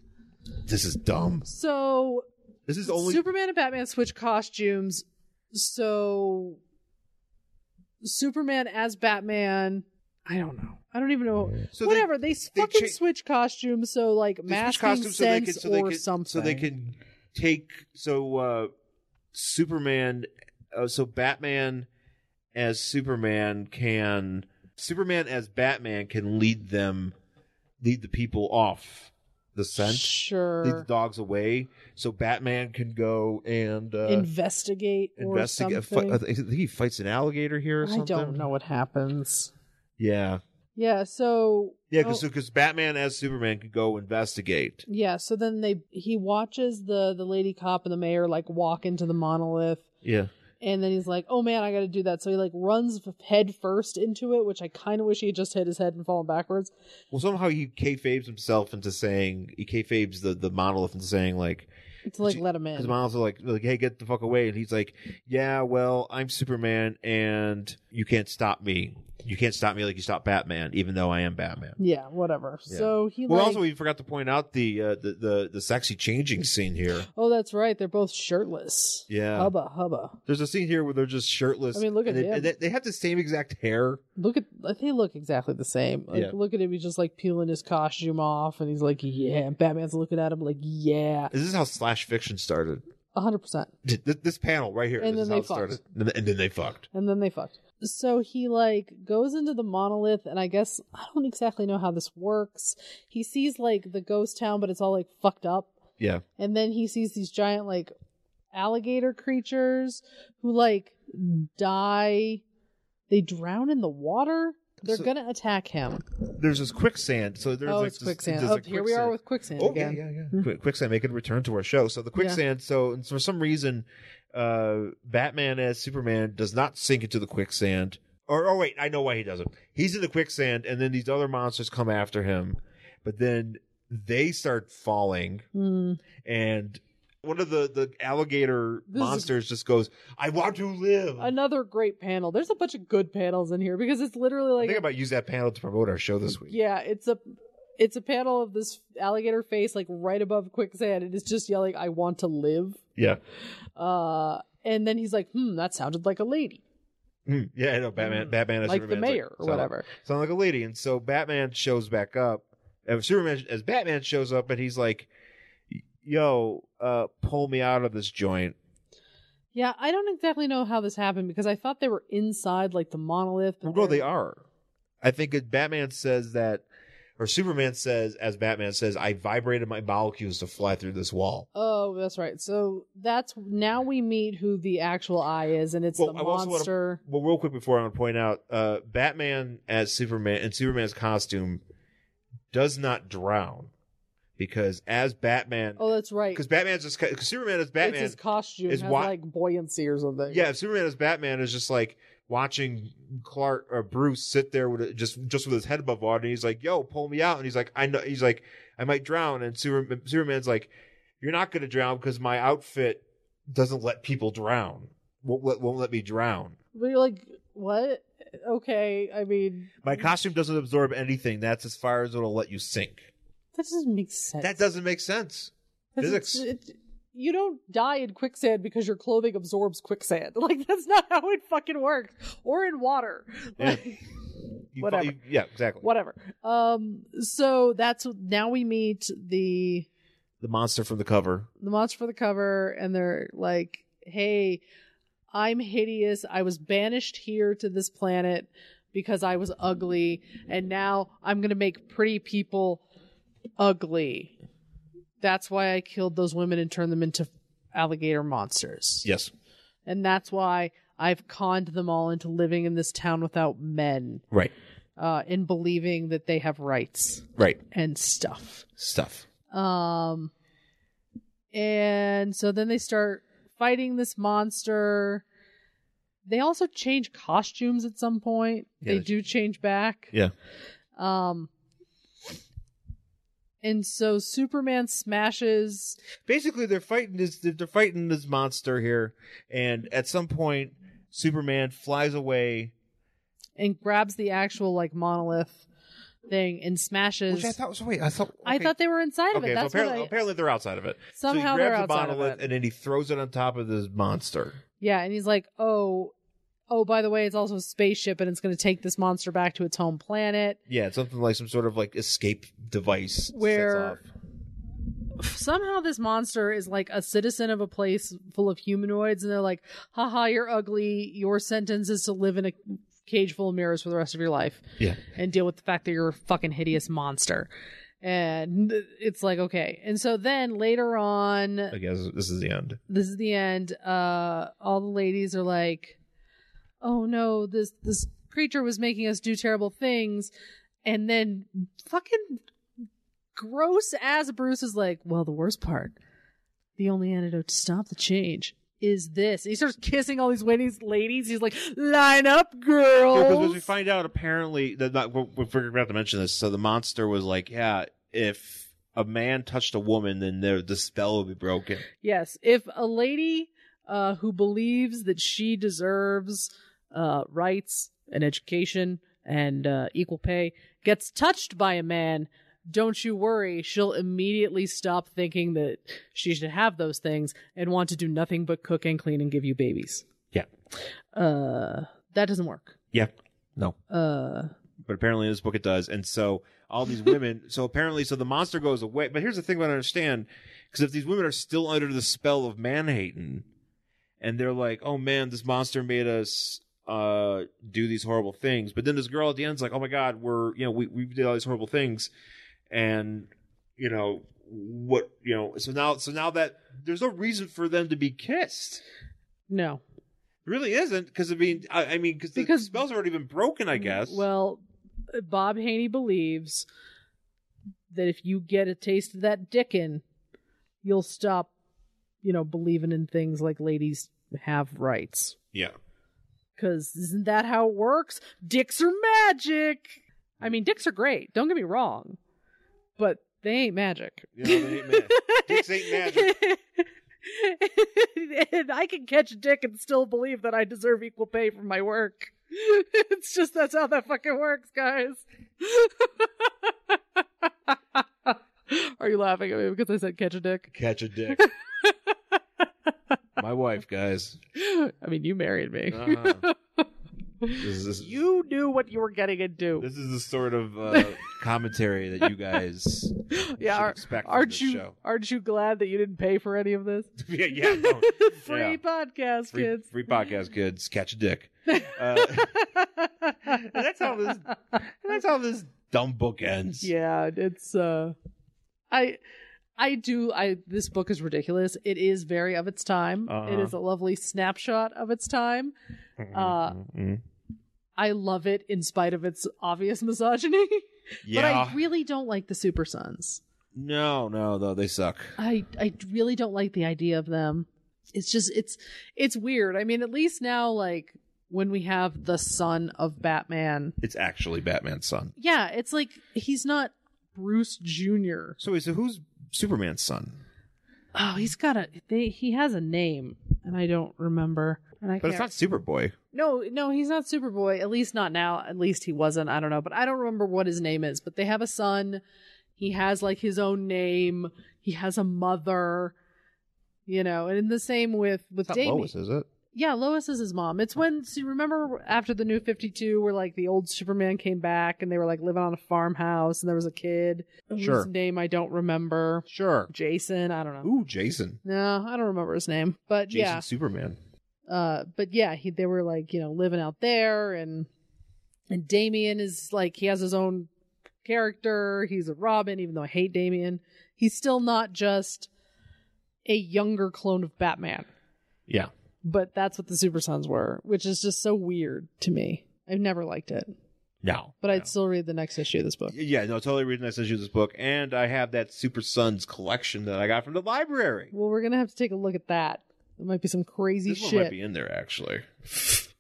[SPEAKER 2] This is dumb.
[SPEAKER 1] So
[SPEAKER 2] This is only
[SPEAKER 1] Superman and Batman switch costumes. So Superman as Batman. I don't know. I don't even know.
[SPEAKER 2] so they-
[SPEAKER 1] Whatever. They, s-
[SPEAKER 2] they
[SPEAKER 1] fucking
[SPEAKER 2] cha-
[SPEAKER 1] switch costumes. So like
[SPEAKER 2] they switch
[SPEAKER 1] masking sense
[SPEAKER 2] so they
[SPEAKER 1] or
[SPEAKER 2] could,
[SPEAKER 1] something.
[SPEAKER 2] So they could take so uh, Superman, uh, so Batman as Superman can Superman as Batman can lead them, lead the people off the scent, lead the
[SPEAKER 1] sure
[SPEAKER 2] dogs away. So Batman can go and uh,
[SPEAKER 1] investigate or
[SPEAKER 2] investigate. uh,
[SPEAKER 1] something.
[SPEAKER 2] I think he fights an alligator here or
[SPEAKER 1] I
[SPEAKER 2] something.
[SPEAKER 1] don't know what happens.
[SPEAKER 2] Yeah.
[SPEAKER 1] Yeah. So
[SPEAKER 2] Yeah, because
[SPEAKER 1] oh,
[SPEAKER 2] Batman as Superman could go investigate.
[SPEAKER 1] yeah. So then they he watches the the lady cop and the mayor like walk into the monolith.
[SPEAKER 2] Yeah,
[SPEAKER 1] And then he's like, "Oh man, I got to do that." So he like runs f- head first into it, which I kind of wish he had just hit his head and fallen backwards.
[SPEAKER 2] Well, somehow he kayfabes himself into saying he kayfabes the the monolith into saying like
[SPEAKER 1] to like
[SPEAKER 2] She-
[SPEAKER 1] let him in.
[SPEAKER 2] because monoliths are like like hey get the fuck away and he's like yeah well I'm Superman and you can't stop me you can't stop me like you stop Batman even though I am Batman.
[SPEAKER 1] yeah, whatever.
[SPEAKER 2] Yeah.
[SPEAKER 1] So he
[SPEAKER 2] Well,
[SPEAKER 1] like,
[SPEAKER 2] also we forgot to point out the uh, the, the the sexy changing scene here.
[SPEAKER 1] oh, that's right. They're both shirtless.
[SPEAKER 2] Yeah,
[SPEAKER 1] Hubba hubba.
[SPEAKER 2] there's a scene here where they're just shirtless.
[SPEAKER 1] I mean, look at
[SPEAKER 2] and they,
[SPEAKER 1] him.
[SPEAKER 2] and they, they have the same exact hair.
[SPEAKER 1] Look at they look exactly the same. Like
[SPEAKER 2] Yeah.
[SPEAKER 1] look at him. He's just like peeling his costume off, and he's like, "Yeah." And Batman's looking at him like, "Yeah,
[SPEAKER 2] This is how slash fiction started.
[SPEAKER 1] hundred percent."
[SPEAKER 2] Th- This, this panel right here.
[SPEAKER 1] And
[SPEAKER 2] this is
[SPEAKER 1] then
[SPEAKER 2] how
[SPEAKER 1] they
[SPEAKER 2] it started. And then- and then they fucked.
[SPEAKER 1] And then they fucked. So he like goes into the monolith, and I guess I don't exactly know how this works. He sees like the ghost town, but it's all like fucked up.
[SPEAKER 2] Yeah.
[SPEAKER 1] And then he sees these giant like alligator creatures who like die. They drown in the water. They're
[SPEAKER 2] So-
[SPEAKER 1] gonna attack him.
[SPEAKER 2] there's this quicksand. So there's
[SPEAKER 1] Oh,
[SPEAKER 2] like
[SPEAKER 1] it's
[SPEAKER 2] this-
[SPEAKER 1] quicksand.
[SPEAKER 2] there's
[SPEAKER 1] Oh,
[SPEAKER 2] a
[SPEAKER 1] here we are
[SPEAKER 2] quicksand-
[SPEAKER 1] with quicksand
[SPEAKER 2] Oh yeah,
[SPEAKER 1] again.
[SPEAKER 2] yeah, yeah.
[SPEAKER 1] Mhm.
[SPEAKER 2] Quick, quicksand making a return to our show. So the quicksand. So and for some reason, uh, Batman as Superman does not sink into the quicksand. Or oh wait, I know why he doesn't. He's in the quicksand, and then these other monsters come after him. But then they start falling,
[SPEAKER 1] Mm.
[SPEAKER 2] and one of the the alligator
[SPEAKER 1] This is-
[SPEAKER 2] monsters just goes, "I want to live."
[SPEAKER 1] Another great panel. There's a bunch of good panels in here because it's literally
[SPEAKER 2] I
[SPEAKER 1] like
[SPEAKER 2] think I might use that panel to promote our show this week.
[SPEAKER 1] Yeah, it's a it's a panel of this alligator face like right above quicksand and it's just yelling, I want to live.
[SPEAKER 2] Yeah.
[SPEAKER 1] Uh and then he's like, hmm, that sounded like a lady.
[SPEAKER 2] Mm, yeah, I know Batman.
[SPEAKER 1] Mm.
[SPEAKER 2] Batman as
[SPEAKER 1] Like
[SPEAKER 2] Superman's
[SPEAKER 1] the mayor or
[SPEAKER 2] so-
[SPEAKER 1] whatever.
[SPEAKER 2] sound like a lady. And so Batman shows back up. And Superman as Batman shows up, and he's like, "Yo, uh, pull me out of this joint."
[SPEAKER 1] Yeah, I don't exactly know how this happened because I thought they were inside like the monolith. but
[SPEAKER 2] Well, no,
[SPEAKER 1] they're-
[SPEAKER 2] they are. I think it, Batman says that, or Superman says, as Batman says, "I vibrated my molecules to fly through this wall."
[SPEAKER 1] Oh, that's right. So that's now we meet who the actual eye is, and it's
[SPEAKER 2] Well,
[SPEAKER 1] the
[SPEAKER 2] I also wanna-
[SPEAKER 1] monster.
[SPEAKER 2] Well, real quick before I want to point out, uh, Batman as Superman and Superman's costume does not drown because as Batman,
[SPEAKER 1] Oh, that's right.
[SPEAKER 2] because Batman's just because Superman is
[SPEAKER 1] it's
[SPEAKER 2] Batman
[SPEAKER 1] his costume has
[SPEAKER 2] is wi-
[SPEAKER 1] like buoyancy or something.
[SPEAKER 2] Yeah, if Superman as Batman is just like watching Clark or Bruce sit there with a, just just with his head above water, and he's like, "Yo, pull me out!" And he's like, "I know." He's like, "I might drown," and Super, Superman's like, "You're not gonna drown because my outfit doesn't let people drown. Won't let, won't let me drown.
[SPEAKER 1] but you're like, what? Okay, I mean,
[SPEAKER 2] My costume doesn't absorb anything. That's as far as it'll let you sink.
[SPEAKER 1] that doesn't make sense.
[SPEAKER 2] That doesn't make sense.
[SPEAKER 1] That's-
[SPEAKER 2] physics.
[SPEAKER 1] it's- it- you don't die in quicksand because your clothing absorbs quicksand. Like that's not how it fucking works. Or in water.
[SPEAKER 2] Yeah.
[SPEAKER 1] Like,
[SPEAKER 2] You,
[SPEAKER 1] Whatever.
[SPEAKER 2] you- yeah, exactly.
[SPEAKER 1] whatever. Um. So that's now we meet the
[SPEAKER 2] The monster from the cover.
[SPEAKER 1] the monster for the cover, and they're like, "Hey, I'm hideous. I was banished here to this planet because I was ugly, and now I'm gonna make pretty people ugly. That's why I killed those women and turned them into alligator monsters.
[SPEAKER 2] Yes.
[SPEAKER 1] and that's why I've conned them all into living in this town without men,
[SPEAKER 2] Right.
[SPEAKER 1] uh, in believing that they have rights
[SPEAKER 2] Right.
[SPEAKER 1] and stuff."
[SPEAKER 2] Stuff.
[SPEAKER 1] Um, and so then they start fighting this monster. They also change costumes at some point.
[SPEAKER 2] Yeah,
[SPEAKER 1] they
[SPEAKER 2] they-
[SPEAKER 1] do change back.
[SPEAKER 2] Yeah.
[SPEAKER 1] Um, and so Superman smashes.
[SPEAKER 2] basically they're fighting this they're fighting this monster here and at some point superman flies away
[SPEAKER 1] and grabs the actual like monolith thing and smashes.
[SPEAKER 2] Which I thought was wait, I thought
[SPEAKER 1] I
[SPEAKER 2] okay.
[SPEAKER 1] thought they were inside of
[SPEAKER 2] Okay,
[SPEAKER 1] it.
[SPEAKER 2] so
[SPEAKER 1] That's what
[SPEAKER 2] apparently,
[SPEAKER 1] I,
[SPEAKER 2] apparently they're outside of it.
[SPEAKER 1] somehow
[SPEAKER 2] so he
[SPEAKER 1] they're
[SPEAKER 2] grabs a
[SPEAKER 1] outside of
[SPEAKER 2] monolith
[SPEAKER 1] it.
[SPEAKER 2] and then he throws it on top of this monster.
[SPEAKER 1] Yeah, and he's like, "Oh, oh, by the way, it's also a spaceship, and it's going to take this monster back to its home planet."
[SPEAKER 2] Yeah, it's something like some sort of like escape device. sets
[SPEAKER 1] Where-
[SPEAKER 2] off.
[SPEAKER 1] Somehow, this monster is like a citizen of a place full of humanoids, and they're like, "Haha, you're ugly. Your sentence is to live in a cage full of mirrors for the rest of your life."
[SPEAKER 2] yeah,
[SPEAKER 1] and deal with the fact that you're a fucking hideous monster. And it's like, okay. And so then later on,
[SPEAKER 2] I guess this is the end.
[SPEAKER 1] this is the end. Uh, all the ladies are like, oh no, this, this creature was making us do terrible things. And then fucking gross ass Bruce is like, well, the worst part, the only antidote to stop the change is this. And he starts kissing all these ladies. ladies. He's like, line up, girls.
[SPEAKER 2] Because as we find out, apparently, that not, we- we forgot to mention this. So the monster was like, yeah, if a man touched a woman, then their the spell would be broken.
[SPEAKER 1] Yes, if a lady uh, who believes that she deserves uh, rights and education and uh, equal pay gets touched by a man, don't you worry, she'll immediately stop thinking that she should have those things and want to do nothing but cook and clean and give you babies.
[SPEAKER 2] Yeah.
[SPEAKER 1] Uh, that doesn't work.
[SPEAKER 2] Yeah, no,
[SPEAKER 1] Uh,
[SPEAKER 2] but apparently in this book it does. And so all these women, so apparently, so the monster goes away. But here's the thing I don't understand: because if these women are still under the spell of Manhattan, and they're like, "Oh man, this monster made us uh do these horrible things," but then this girl at the end's like, "Oh my god, we're you know we we did all these horrible things," and you know what you know so now so now that there's no reason for them to be kissed
[SPEAKER 1] no.
[SPEAKER 2] really isn't because i mean i, I mean cause the
[SPEAKER 1] Because-
[SPEAKER 2] spell's already been broken i guess
[SPEAKER 1] Mm, Well, Bob Haney believes that if you get a taste of that dickin', you'll stop, you know, believing in things like ladies have rights.
[SPEAKER 2] yeah
[SPEAKER 1] Because isn't that how it works? Dicks are magic. I mean, dicks are great. Don't get me wrong, but they ain't magic.
[SPEAKER 2] you know they ain't mad. Dicks ain't magic.
[SPEAKER 1] and I can catch a dick and still believe that I deserve equal pay for my work. It's just that's how that fucking works, guys. Are you laughing at me because I said catch a dick?
[SPEAKER 2] catch a dick my wife guys
[SPEAKER 1] I mean, you married me.
[SPEAKER 2] Uh-huh. this is this,
[SPEAKER 1] You knew what you were getting into.
[SPEAKER 2] this is the sort of uh, commentary that you guys
[SPEAKER 1] Yeah,
[SPEAKER 2] should
[SPEAKER 1] are,
[SPEAKER 2] expect from
[SPEAKER 1] aren't
[SPEAKER 2] this
[SPEAKER 1] you
[SPEAKER 2] show
[SPEAKER 1] aren't you glad that you didn't pay for any of this?
[SPEAKER 2] yeah yeah no.
[SPEAKER 1] free
[SPEAKER 2] Yeah.
[SPEAKER 1] podcast,
[SPEAKER 2] free,
[SPEAKER 1] kids.
[SPEAKER 2] free podcast kids catch a dick uh, that's how this- that's how this dumb book ends
[SPEAKER 1] yeah it's uh i i do i this book is ridiculous it is very of its time
[SPEAKER 2] Uh-huh.
[SPEAKER 1] It is a lovely snapshot of its time uh,
[SPEAKER 2] Mhm.
[SPEAKER 1] i love it in spite of its obvious misogyny but
[SPEAKER 2] yeah
[SPEAKER 1] i really don't like the super sons
[SPEAKER 2] no no though they suck
[SPEAKER 1] i i really don't like the idea of them it's just it's it's weird i mean at least now like when we have the son of batman
[SPEAKER 2] it's actually batman's son
[SPEAKER 1] yeah it's like he's not bruce junior
[SPEAKER 2] so wait so who's superman's son
[SPEAKER 1] Oh, he's got a they, he has a name, and I don't remember. And I
[SPEAKER 2] but it's
[SPEAKER 1] can't.
[SPEAKER 2] not superboy
[SPEAKER 1] no, no, he's not Superboy. At least not now. At least he wasn't. I don't know, but I don't remember what his name is. But they have a son. He has like his own name. He has a mother. You know, and the same with with
[SPEAKER 2] It's not
[SPEAKER 1] Damien.
[SPEAKER 2] Lois, is it?
[SPEAKER 1] Yeah, Lois is his mom. It's when see, remember after the New Fifty Two, where like the old Superman came back, and they were like living on a farmhouse, and there was a kid
[SPEAKER 2] Sure.
[SPEAKER 1] whose name I don't remember.
[SPEAKER 2] Sure.
[SPEAKER 1] Jason, I don't know.
[SPEAKER 2] Ooh, Jason.
[SPEAKER 1] No, I don't remember his name, but
[SPEAKER 2] Jason Superman.
[SPEAKER 1] yeah, uh, but yeah, he, they were like you know living out there, and and Damien is like he has his own character. He's a Robin, even though I hate Damien. He's still not just a younger clone of Batman,
[SPEAKER 2] Yeah.
[SPEAKER 1] but that's what the Super Sons were, which is just so weird to me. I've never liked it,
[SPEAKER 2] No.
[SPEAKER 1] but
[SPEAKER 2] no.
[SPEAKER 1] I'd still read the next issue of this book.
[SPEAKER 2] Yeah, no, totally reading I sent you this book, and I have that Super Sons collection that I got from the library.
[SPEAKER 1] Well, we're gonna have to take a look at that. There might be some crazy
[SPEAKER 2] This one
[SPEAKER 1] shit.
[SPEAKER 2] might be in there actually.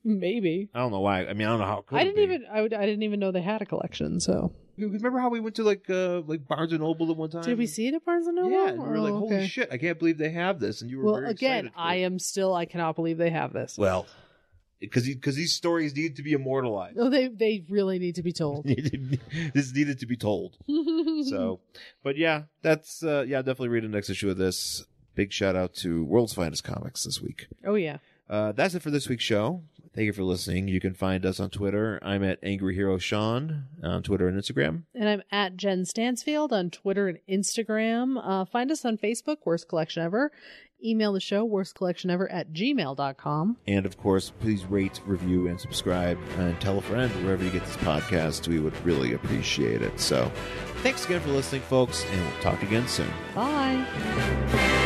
[SPEAKER 1] Maybe.
[SPEAKER 2] I don't know why. I mean, I don't know how. It could
[SPEAKER 1] I didn't
[SPEAKER 2] be.
[SPEAKER 1] even I, would, I didn't even know they had a collection. So
[SPEAKER 2] You Remember how we went to like uh like Barnes and Noble at one time?
[SPEAKER 1] Did we see it at Barnes and Noble?
[SPEAKER 2] Yeah, and we were like,
[SPEAKER 1] Oh,
[SPEAKER 2] holy
[SPEAKER 1] okay.
[SPEAKER 2] shit! I can't believe they have this, and you were
[SPEAKER 1] Well,
[SPEAKER 2] very
[SPEAKER 1] again,
[SPEAKER 2] excited for
[SPEAKER 1] I uh,
[SPEAKER 2] it.
[SPEAKER 1] am still. I cannot believe they have this.
[SPEAKER 2] Well, because because these stories need to be immortalized.
[SPEAKER 1] Oh, they they really need to be told.
[SPEAKER 2] this needed to be told. So, but yeah, that's uh, yeah, definitely read the next issue of this. Big shout out to World's Finest Comics this week.
[SPEAKER 1] oh yeah.
[SPEAKER 2] Uh, that's it for this week's show. Thank you for listening. You can find us on Twitter. I'm at Angry Hero Sean on Twitter and Instagram.
[SPEAKER 1] And I'm at Jen Stansfield on Twitter and Instagram. Uh, find us on Facebook, Worst Collection Ever. Email the show, worstcollectionever at gmail.com.
[SPEAKER 2] And of course, please rate, review, and subscribe, and tell a friend wherever you get this podcast. We would really appreciate it. So, thanks again for listening, folks, and we'll talk again soon.
[SPEAKER 1] Bye.